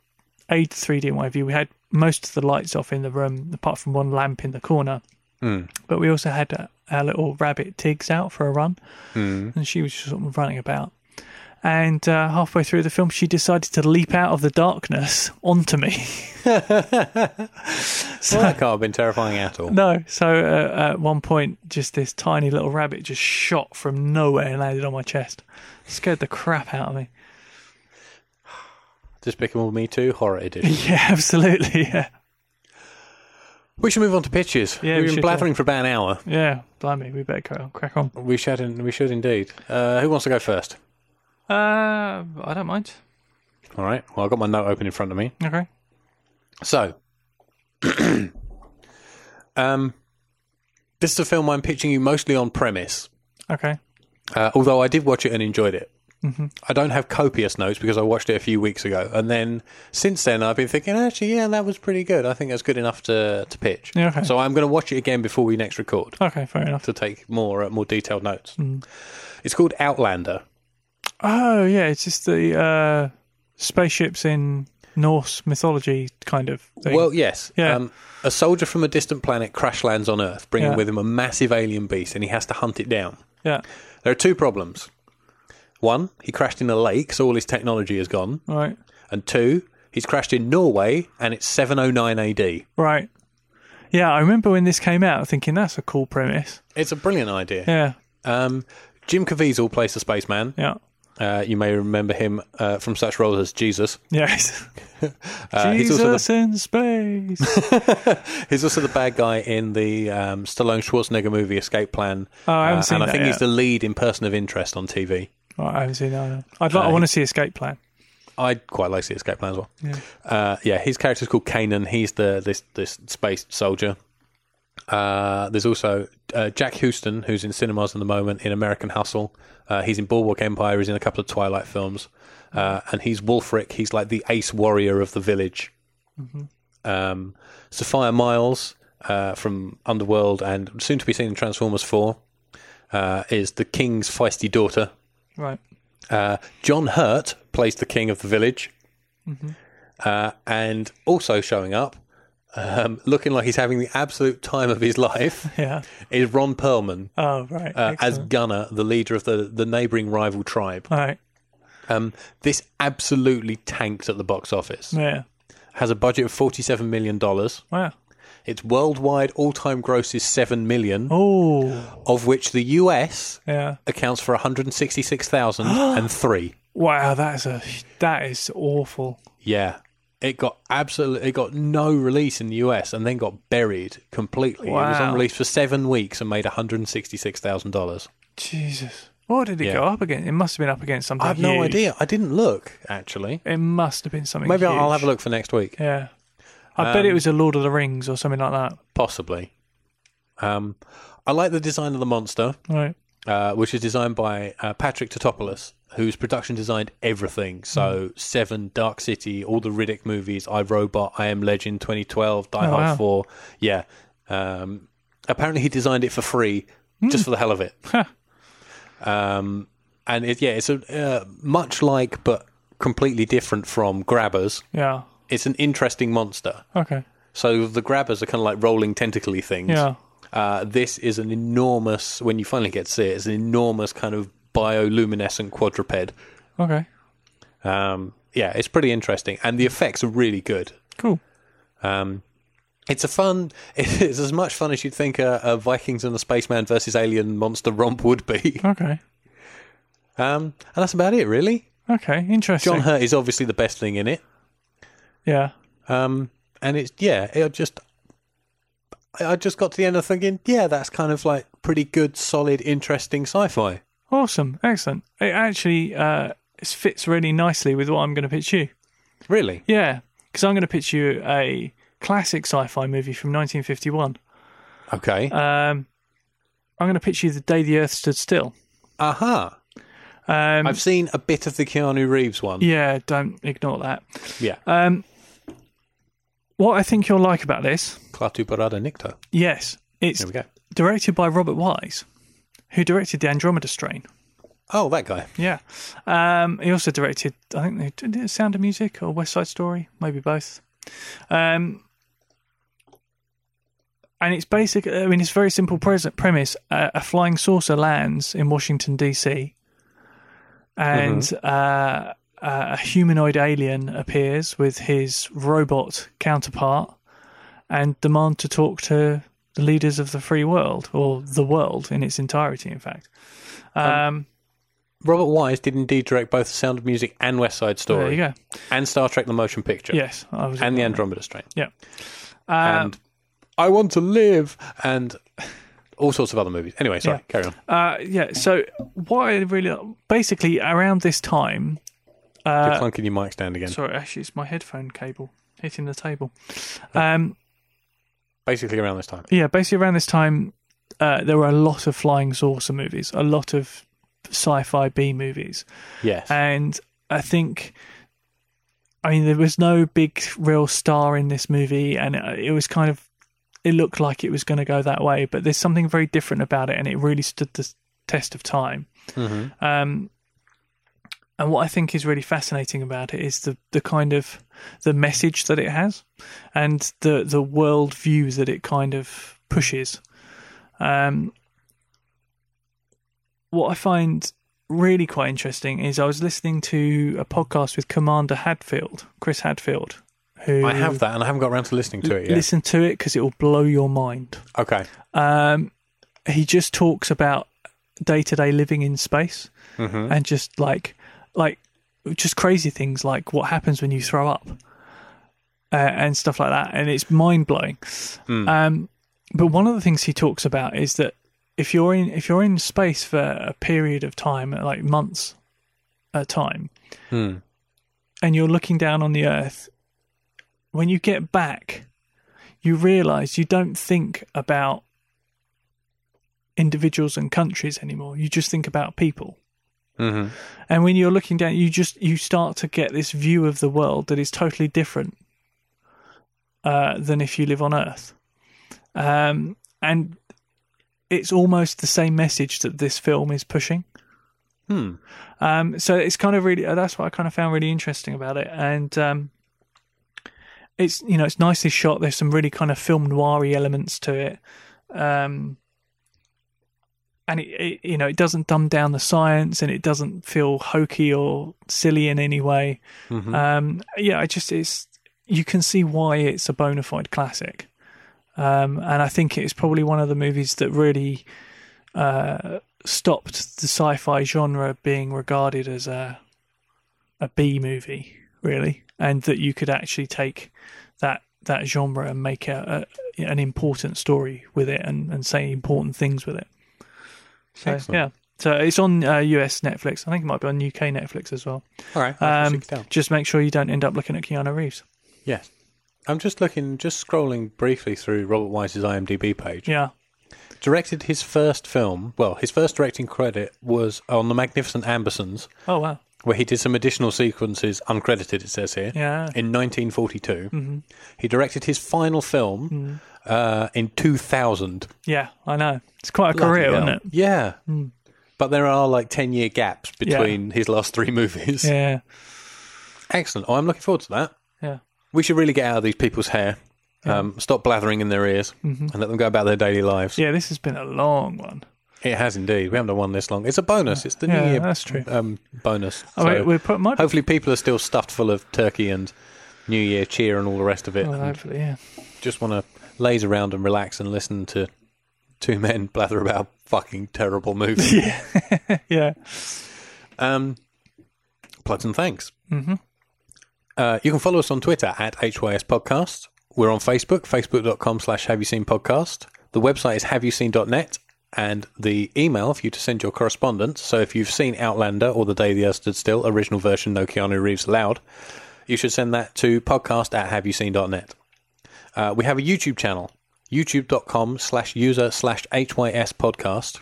Speaker 2: aid 3D and whatever, we had most of the lights off in the room, apart from one lamp in the corner. But we also had uh, our little rabbit Tiggs out for a run, and she was just sort of running about. And uh, halfway through the film, she decided to leap out of the darkness [laughs] onto me.
Speaker 1: Well, that can't have oh, been terrifying at all.
Speaker 2: no, so uh, at one point, just this tiny little rabbit just shot from nowhere and landed on my chest. Scared the crap out of me. [laughs]
Speaker 1: Despicable Me Too horror edition.
Speaker 2: Yeah, absolutely. Yeah.
Speaker 1: We should move on to pitches.
Speaker 2: Yeah, we
Speaker 1: We've been
Speaker 2: should,
Speaker 1: blathering for about an hour.
Speaker 2: Yeah, blimey, we better crack on. Crack on.
Speaker 1: We should, in- we should indeed. Uh, who wants to go first?
Speaker 2: Uh, I don't mind.
Speaker 1: All right. Well, I've got my note open in front of me.
Speaker 2: Okay.
Speaker 1: So, [clears throat] um, this is a film I'm pitching you mostly on premise,
Speaker 2: Okay.
Speaker 1: uh, although I did watch it and enjoyed it.
Speaker 2: Mm-hmm.
Speaker 1: I don't have copious notes because I watched it a few weeks ago. And then since then, I've been thinking, actually, yeah, that was pretty good. I think that's good enough to, to pitch.
Speaker 2: Yeah, okay.
Speaker 1: So I'm going to watch it again before we next record
Speaker 2: Okay, fair enough.
Speaker 1: to take more uh, more detailed notes.
Speaker 2: Mm.
Speaker 1: It's called Outlander.
Speaker 2: Oh, yeah, it's just the uh, spaceships in Norse mythology kind of thing.
Speaker 1: Well, yes. um,
Speaker 2: Yeah.
Speaker 1: a soldier from a distant planet crash lands on Earth, bringing
Speaker 2: Yeah.
Speaker 1: with him a massive alien beast, and he has to hunt it down.
Speaker 2: yeah.
Speaker 1: There are two problems. One, he crashed in a lake, so all his technology is gone.
Speaker 2: Right.
Speaker 1: And two, he's crashed in Norway, and it's 709 AD.
Speaker 2: Right. Yeah, I remember when this came out thinking that's a cool premise.
Speaker 1: It's a brilliant idea.
Speaker 2: Yeah.
Speaker 1: Um, Jim Caviezel plays the spaceman.
Speaker 2: Yeah.
Speaker 1: Uh, you may remember him uh, from such roles as Jesus.
Speaker 2: [laughs] Yes.
Speaker 1: Uh, he's
Speaker 2: Jesus
Speaker 1: also the-
Speaker 2: in space. [laughs]
Speaker 1: He's also the bad guy in the um, Stallone Schwarzenegger movie Escape Plan.
Speaker 2: Oh, I haven't
Speaker 1: Uh,
Speaker 2: seen
Speaker 1: And I
Speaker 2: that
Speaker 1: think he's
Speaker 2: yet.
Speaker 1: the lead in Person of Interest on TV.
Speaker 2: right, Oh, I haven't seen that. one. I'd like, I want to see Escape Plan.
Speaker 1: I quite like the Escape Plan as well.
Speaker 2: Yeah.
Speaker 1: Uh, yeah, his character's called Kanan. He's the this this space soldier. Uh, there's also uh, Jack Houston, who's in cinemas at the moment in American Hustle. Uh, he's in Bulwark Empire. He's in a couple of Twilight films, uh, and he's Wolfric. He's like the ace warrior of the village. Um, Sophia Miles uh, from Underworld and soon to be seen in Transformers Four uh, is the king's feisty daughter. [laughs]
Speaker 2: Right.
Speaker 1: Uh, John Hurt plays the king of the village,
Speaker 2: Mm-hmm.
Speaker 1: uh, and also showing up, um, looking like he's having the absolute time of his
Speaker 2: [laughs]
Speaker 1: life,
Speaker 2: Yeah.
Speaker 1: is Ron Perlman
Speaker 2: Oh, right.
Speaker 1: uh, as
Speaker 2: Excellent.
Speaker 1: Gunner, the leader of the the neighbouring rival tribe.
Speaker 2: All right.
Speaker 1: Um, this absolutely tanked at the box office.
Speaker 2: Yeah.
Speaker 1: Has a budget of forty seven million dollars.
Speaker 2: Wow.
Speaker 1: Its worldwide all time gross is seven million,
Speaker 2: Oh.
Speaker 1: of which the US
Speaker 2: Yeah.
Speaker 1: accounts for one hundred sixty six thousand
Speaker 2: [gasps]
Speaker 1: and three.
Speaker 2: Wow, that's a that is awful.
Speaker 1: Yeah. It got absolutely it got no release in the US and then got buried completely. It was on
Speaker 2: Wow.
Speaker 1: release for 7 weeks and made $166,000.
Speaker 2: Jesus, what did it
Speaker 1: Yeah.
Speaker 2: go up against? It must have been up against something.
Speaker 1: I have no
Speaker 2: huge.
Speaker 1: idea. I didn't look actually.
Speaker 2: It must have been something.
Speaker 1: Maybe I'll I'll have a
Speaker 2: huge.
Speaker 1: look Um, for next week.
Speaker 2: Yeah, I bet it was a Lord of the Rings or something like that.
Speaker 1: Possibly. Um I like the design of the monster,
Speaker 2: Right.
Speaker 1: uh, which is designed by uh, Patrick Totopoulos, whose production designed
Speaker 2: Hmm.
Speaker 1: everything. So Seven, Dark City, all the Riddick movies, I Robot, I Am Legend, 2012, Die
Speaker 2: Oh,
Speaker 1: Hard
Speaker 2: wow.
Speaker 1: 4. Yeah. Um,
Speaker 2: Hmm.
Speaker 1: apparently, he designed it for free, just for the hell of it. um, and it, yeah, it's a uh, much like but completely different from grabbers.
Speaker 2: [laughs] Yeah.
Speaker 1: It's an interesting monster.
Speaker 2: Okay.
Speaker 1: So the grabbers are kind of like rolling tentacly things.
Speaker 2: Yeah.
Speaker 1: Uh, this is an enormous. When you finally get to see it, it's an enormous kind of bioluminescent quadruped.
Speaker 2: Okay.
Speaker 1: Um, yeah, it's pretty interesting, and the effects are really good.
Speaker 2: Cool.
Speaker 1: Um, it's a fun. [laughs] It's as much fun as you'd think a, a Vikings and the Spaceman versus Alien monster romp would be. [laughs]
Speaker 2: Okay.
Speaker 1: Um, and that's about it, really.
Speaker 2: Okay. Interesting.
Speaker 1: John Hurt is obviously the best thing in it.
Speaker 2: yeah.
Speaker 1: Um, and it's yeah, it just I I just got to the end of thinking, yeah, that's kind of like pretty good, solid, interesting sci-fi.
Speaker 2: Awesome. Excellent. It actually uh, it fits really nicely with what I'm going to pitch you.
Speaker 1: Really,
Speaker 2: Yeah. Because I'm going to pitch you a classic sci fi movie from 1951.
Speaker 1: okay,
Speaker 2: Um, I'm going to pitch you The Day the Earth Stood Still.
Speaker 1: aha.
Speaker 2: Um,
Speaker 1: I've seen a bit of the Keanu Reeves one.
Speaker 2: yeah, don't ignore that.
Speaker 1: Yeah,
Speaker 2: Um, what I think you'll like about this,
Speaker 1: Klaatu Barada Nikta.
Speaker 2: yes, it's
Speaker 1: There we go.
Speaker 2: directed by Robert Wise, who directed The Andromeda Strain.
Speaker 1: Oh, that guy.
Speaker 2: Yeah. Um, he also directed, I think, they did it Sound of Music or West Side Story, maybe both. Um, and it's basic, I mean, it's a very simple pres- premise. Uh, a flying saucer lands in Washington, D.C., and uh, a humanoid alien appears with his robot counterpart and demand to talk to the leaders of the free world, or the world in its entirety, in fact. um,
Speaker 1: Robert Wise did indeed direct both Sound of Music and West Side Story.
Speaker 2: there you go.
Speaker 1: And Star Trek: The Motion Picture.
Speaker 2: Yes, I was.
Speaker 1: And the Andromeda Strain.
Speaker 2: yeah, Uh,
Speaker 1: and I Want to Live. And all sorts of other movies. Anyway, sorry,
Speaker 2: Yeah.
Speaker 1: carry on.
Speaker 2: uh, yeah. So what I really basically around this time. Uh,
Speaker 1: You're clunking your mic stand again.
Speaker 2: Sorry, actually, it's my headphone cable hitting the table. Um,
Speaker 1: Basically around this time.
Speaker 2: yeah, basically around this time, uh, there were a lot of flying saucer movies, a lot of sci-fi B movies,
Speaker 1: Yes.
Speaker 2: and I think. I mean, there was no big real star in this movie, and uh, it it was kind of, it looked like it was going to go that way. But there's something very different about it, and it really stood the s- test of time.
Speaker 1: Mhm.
Speaker 2: Um, and what I think is really fascinating about it is the, the kind of the message that it has, and the the world view that it kind of pushes. Um, what I find really quite interesting is I was listening to a podcast with Commander Hadfield, Chris Hadfield, who
Speaker 1: I have that, and I haven't got around to listening to it yet.
Speaker 2: listen to it because it will blow your mind.
Speaker 1: Okay.
Speaker 2: Um, he just talks about day to day living in space
Speaker 1: Mhm.
Speaker 2: and just like like just crazy things like what happens when you throw up uh, and stuff like that and it's mind blowing um but one of the things he talks about is that if you're in if you're in space for a period of time like months at a time and you're looking down on the earth when you get back you realize you don't think about individuals and countries anymore you just think about people
Speaker 1: Mhm.
Speaker 2: and when you're looking down you just you start to get this view of the world that is totally different uh, than if you live on earth um, and it's almost the same message that this film is pushing
Speaker 1: Hmm.
Speaker 2: um, so it's kind of really that's what i kind of found really interesting about it and um, it's you know it's nicely shot there's some really kind of film noir elements to it um, and it, it you know it doesn't dumb down the science and it doesn't feel hokey or silly in any way um yeah i just it's you can see why it's a bona fide classic um and i think it's probably one of the movies that really uh stopped the sci-fi genre being regarded as a a b movie really and that you could actually take that that genre and make a, a an important story with it and and say important things with it so
Speaker 1: Excellent.
Speaker 2: yeah, so it's on uh, US Netflix. I think it might be on UK Netflix as well.
Speaker 1: All right. I shall
Speaker 2: Um,
Speaker 1: sit down.
Speaker 2: just make sure you don't end up looking at Keanu Reeves.
Speaker 1: Yes. I'm just looking, just scrolling briefly through Robert Wise's IMDb page.
Speaker 2: Yeah.
Speaker 1: Directed his first film, well, his first directing credit was on The Magnificent Ambersons,
Speaker 2: Oh wow.
Speaker 1: where he did some additional sequences, uncredited, it says here,
Speaker 2: Yeah. Mm-hmm.
Speaker 1: in 1942. He directed his final
Speaker 2: Mm.
Speaker 1: film uh, in 2000.
Speaker 2: Yeah, I know. It's quite a career,
Speaker 1: Bloody
Speaker 2: isn't
Speaker 1: hell.
Speaker 2: it? Mm.
Speaker 1: Yeah. But there are like 10 year gaps between his last three [laughs] movies.
Speaker 2: Yeah,
Speaker 1: Excellent. Oh, I'm looking forward to that.
Speaker 2: yeah.
Speaker 1: We should really get out of these people's hair. Um, stop blathering in their ears and let them go about their daily lives.
Speaker 2: Mm-hmm. Yeah, this has been a long one.
Speaker 1: It has indeed. We haven't done one this long. It's a bonus. It's the
Speaker 2: Yeah,
Speaker 1: New Year
Speaker 2: that's true.
Speaker 1: Um, bonus.
Speaker 2: Oh,
Speaker 1: So
Speaker 2: wait, we put might
Speaker 1: hopefully, people are still stuffed full of turkey and New Year cheer and all the rest of it.
Speaker 2: well,
Speaker 1: and
Speaker 2: [laughs] hopefully, yeah.
Speaker 1: just want to laze around and relax and listen to two men blather about fucking terrible movies.
Speaker 2: Yeah.
Speaker 1: Um, plugs and thanks. Mm-hmm. Uh, you can follow us on Twitter at HYS Podcast. We're on Facebook, facebook.com slash have you seen podcast. The website is haveyouseen.net and the email for you to send your correspondence. So if you've seen Outlander or The Day the Earth Stood Still, original version, no Keanu Reeves allowed, you should send that to podcast at haveyouseen.net. Uh, we have a YouTube channel, youtube.com slash user slash HYS podcast.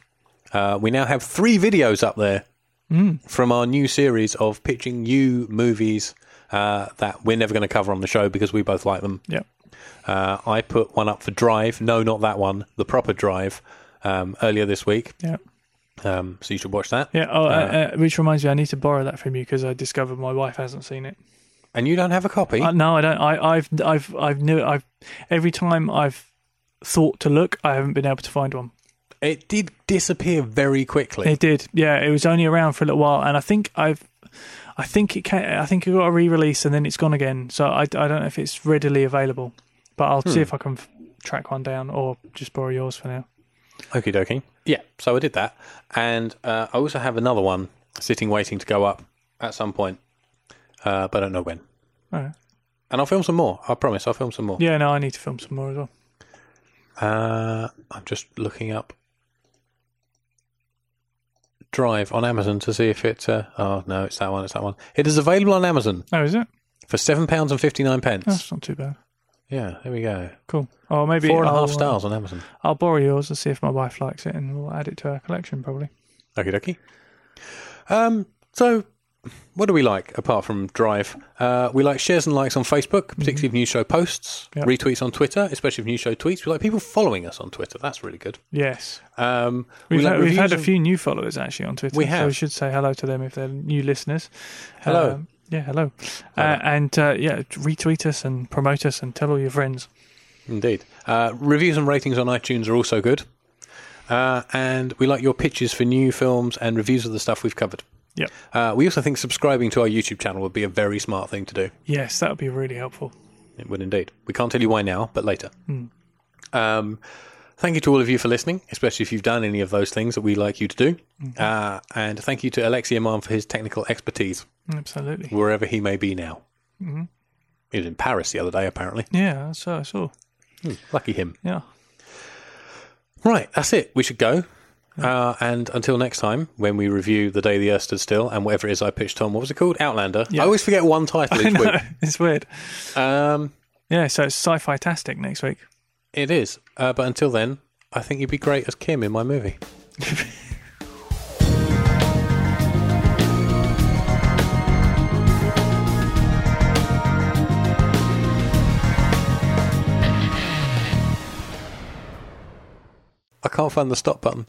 Speaker 1: Uh, we now have three videos up there from our new series of pitching you movies uh, that we're never going to cover on the show because we both like them.
Speaker 2: Yeah.
Speaker 1: Uh, I put one up for Drive. No, not that one. The proper Drive um, earlier this week.
Speaker 2: Yeah.
Speaker 1: Um, so you should watch that.
Speaker 2: Yeah. Oh, uh, uh, which reminds me, I need to borrow that from you because I discovered my wife hasn't seen it.
Speaker 1: And you don't have a copy.
Speaker 2: Uh, no, I don't. I, I've, I've, I've, knew, I've. Every time I've thought to look, I haven't been able to find one.
Speaker 1: it did disappear very quickly.
Speaker 2: It did. Yeah, it was only around for a little while, and I think I've, I think it came, I think it got a re-release, and then it's gone again. So I, I don't know if it's readily available, but I'll
Speaker 1: Hmm.
Speaker 2: see if I can f- track one down or just borrow yours for now.
Speaker 1: Okie dokie. Yeah, so I did that. And uh, I also have another one sitting waiting to go up at some point, uh, but I don't know when.
Speaker 2: Alright.
Speaker 1: And I'll film some more. I promise. I'll film some more.
Speaker 2: Yeah, no, I need to film some more as well.
Speaker 1: Uh, I'm just looking up Drive on Amazon to see if it. Uh, oh no, it's that one. It's that one. It is available on Amazon
Speaker 2: Oh, is it?
Speaker 1: for seven pounds and fifty nine pence.
Speaker 2: That's not too bad.
Speaker 1: Yeah, there we go.
Speaker 2: Cool. Or maybe
Speaker 1: Four and a half
Speaker 2: I'll, uh,
Speaker 1: stars on Amazon.
Speaker 2: I'll borrow yours and see if my wife likes it, and we'll add it to our collection probably.
Speaker 1: Okie dokie. Um, so, what do we like apart from Drive? Uh, we like shares and likes on Facebook, particularly of new show posts,
Speaker 2: Yep.
Speaker 1: retweets on Twitter, especially of new show tweets. We like people following us on Twitter. That's really good.
Speaker 2: Yes,
Speaker 1: Um, we
Speaker 2: we've,
Speaker 1: like
Speaker 2: had, we've had
Speaker 1: reviews
Speaker 2: a
Speaker 1: on-
Speaker 2: few new followers actually on Twitter.
Speaker 1: We
Speaker 2: so
Speaker 1: have.
Speaker 2: we should say hello to them if they're new listeners.
Speaker 1: Hello.
Speaker 2: Um, yeah, hello, Uh, and uh, yeah, retweet us and promote us and tell all your friends.
Speaker 1: Indeed. Uh, reviews and ratings on iTunes are also good. Uh, and we like your pitches for new films and reviews of the stuff we've covered.
Speaker 2: Yep.
Speaker 1: Uh, we also think subscribing to our YouTube channel would be a very smart thing to do.
Speaker 2: Yes, that would be really helpful.
Speaker 1: It would indeed. We can't tell you why now, but later. Um, thank you to all of you for listening, especially if you've done any of those things that we like you to do. Uh, and thank you to Alexi Aman for his technical expertise,
Speaker 2: Absolutely.
Speaker 1: wherever he may be now. He was in Paris the other day, apparently.
Speaker 2: Yeah, I saw. I saw.
Speaker 1: Lucky him.
Speaker 2: Yeah.
Speaker 1: Right, that's it. We should go. Uh, and until next time, when we review The Day the Earth Stood Still and whatever it is I pitched Tom, what was it called? Outlander. I always forget one title each week.
Speaker 2: [laughs] it's weird.
Speaker 1: Um,
Speaker 2: Yeah, so it's sci-fi tastic next week.
Speaker 1: it is. Uh, but until then, I think you'd be great as Kim in my movie. [laughs] I can't find the stop button.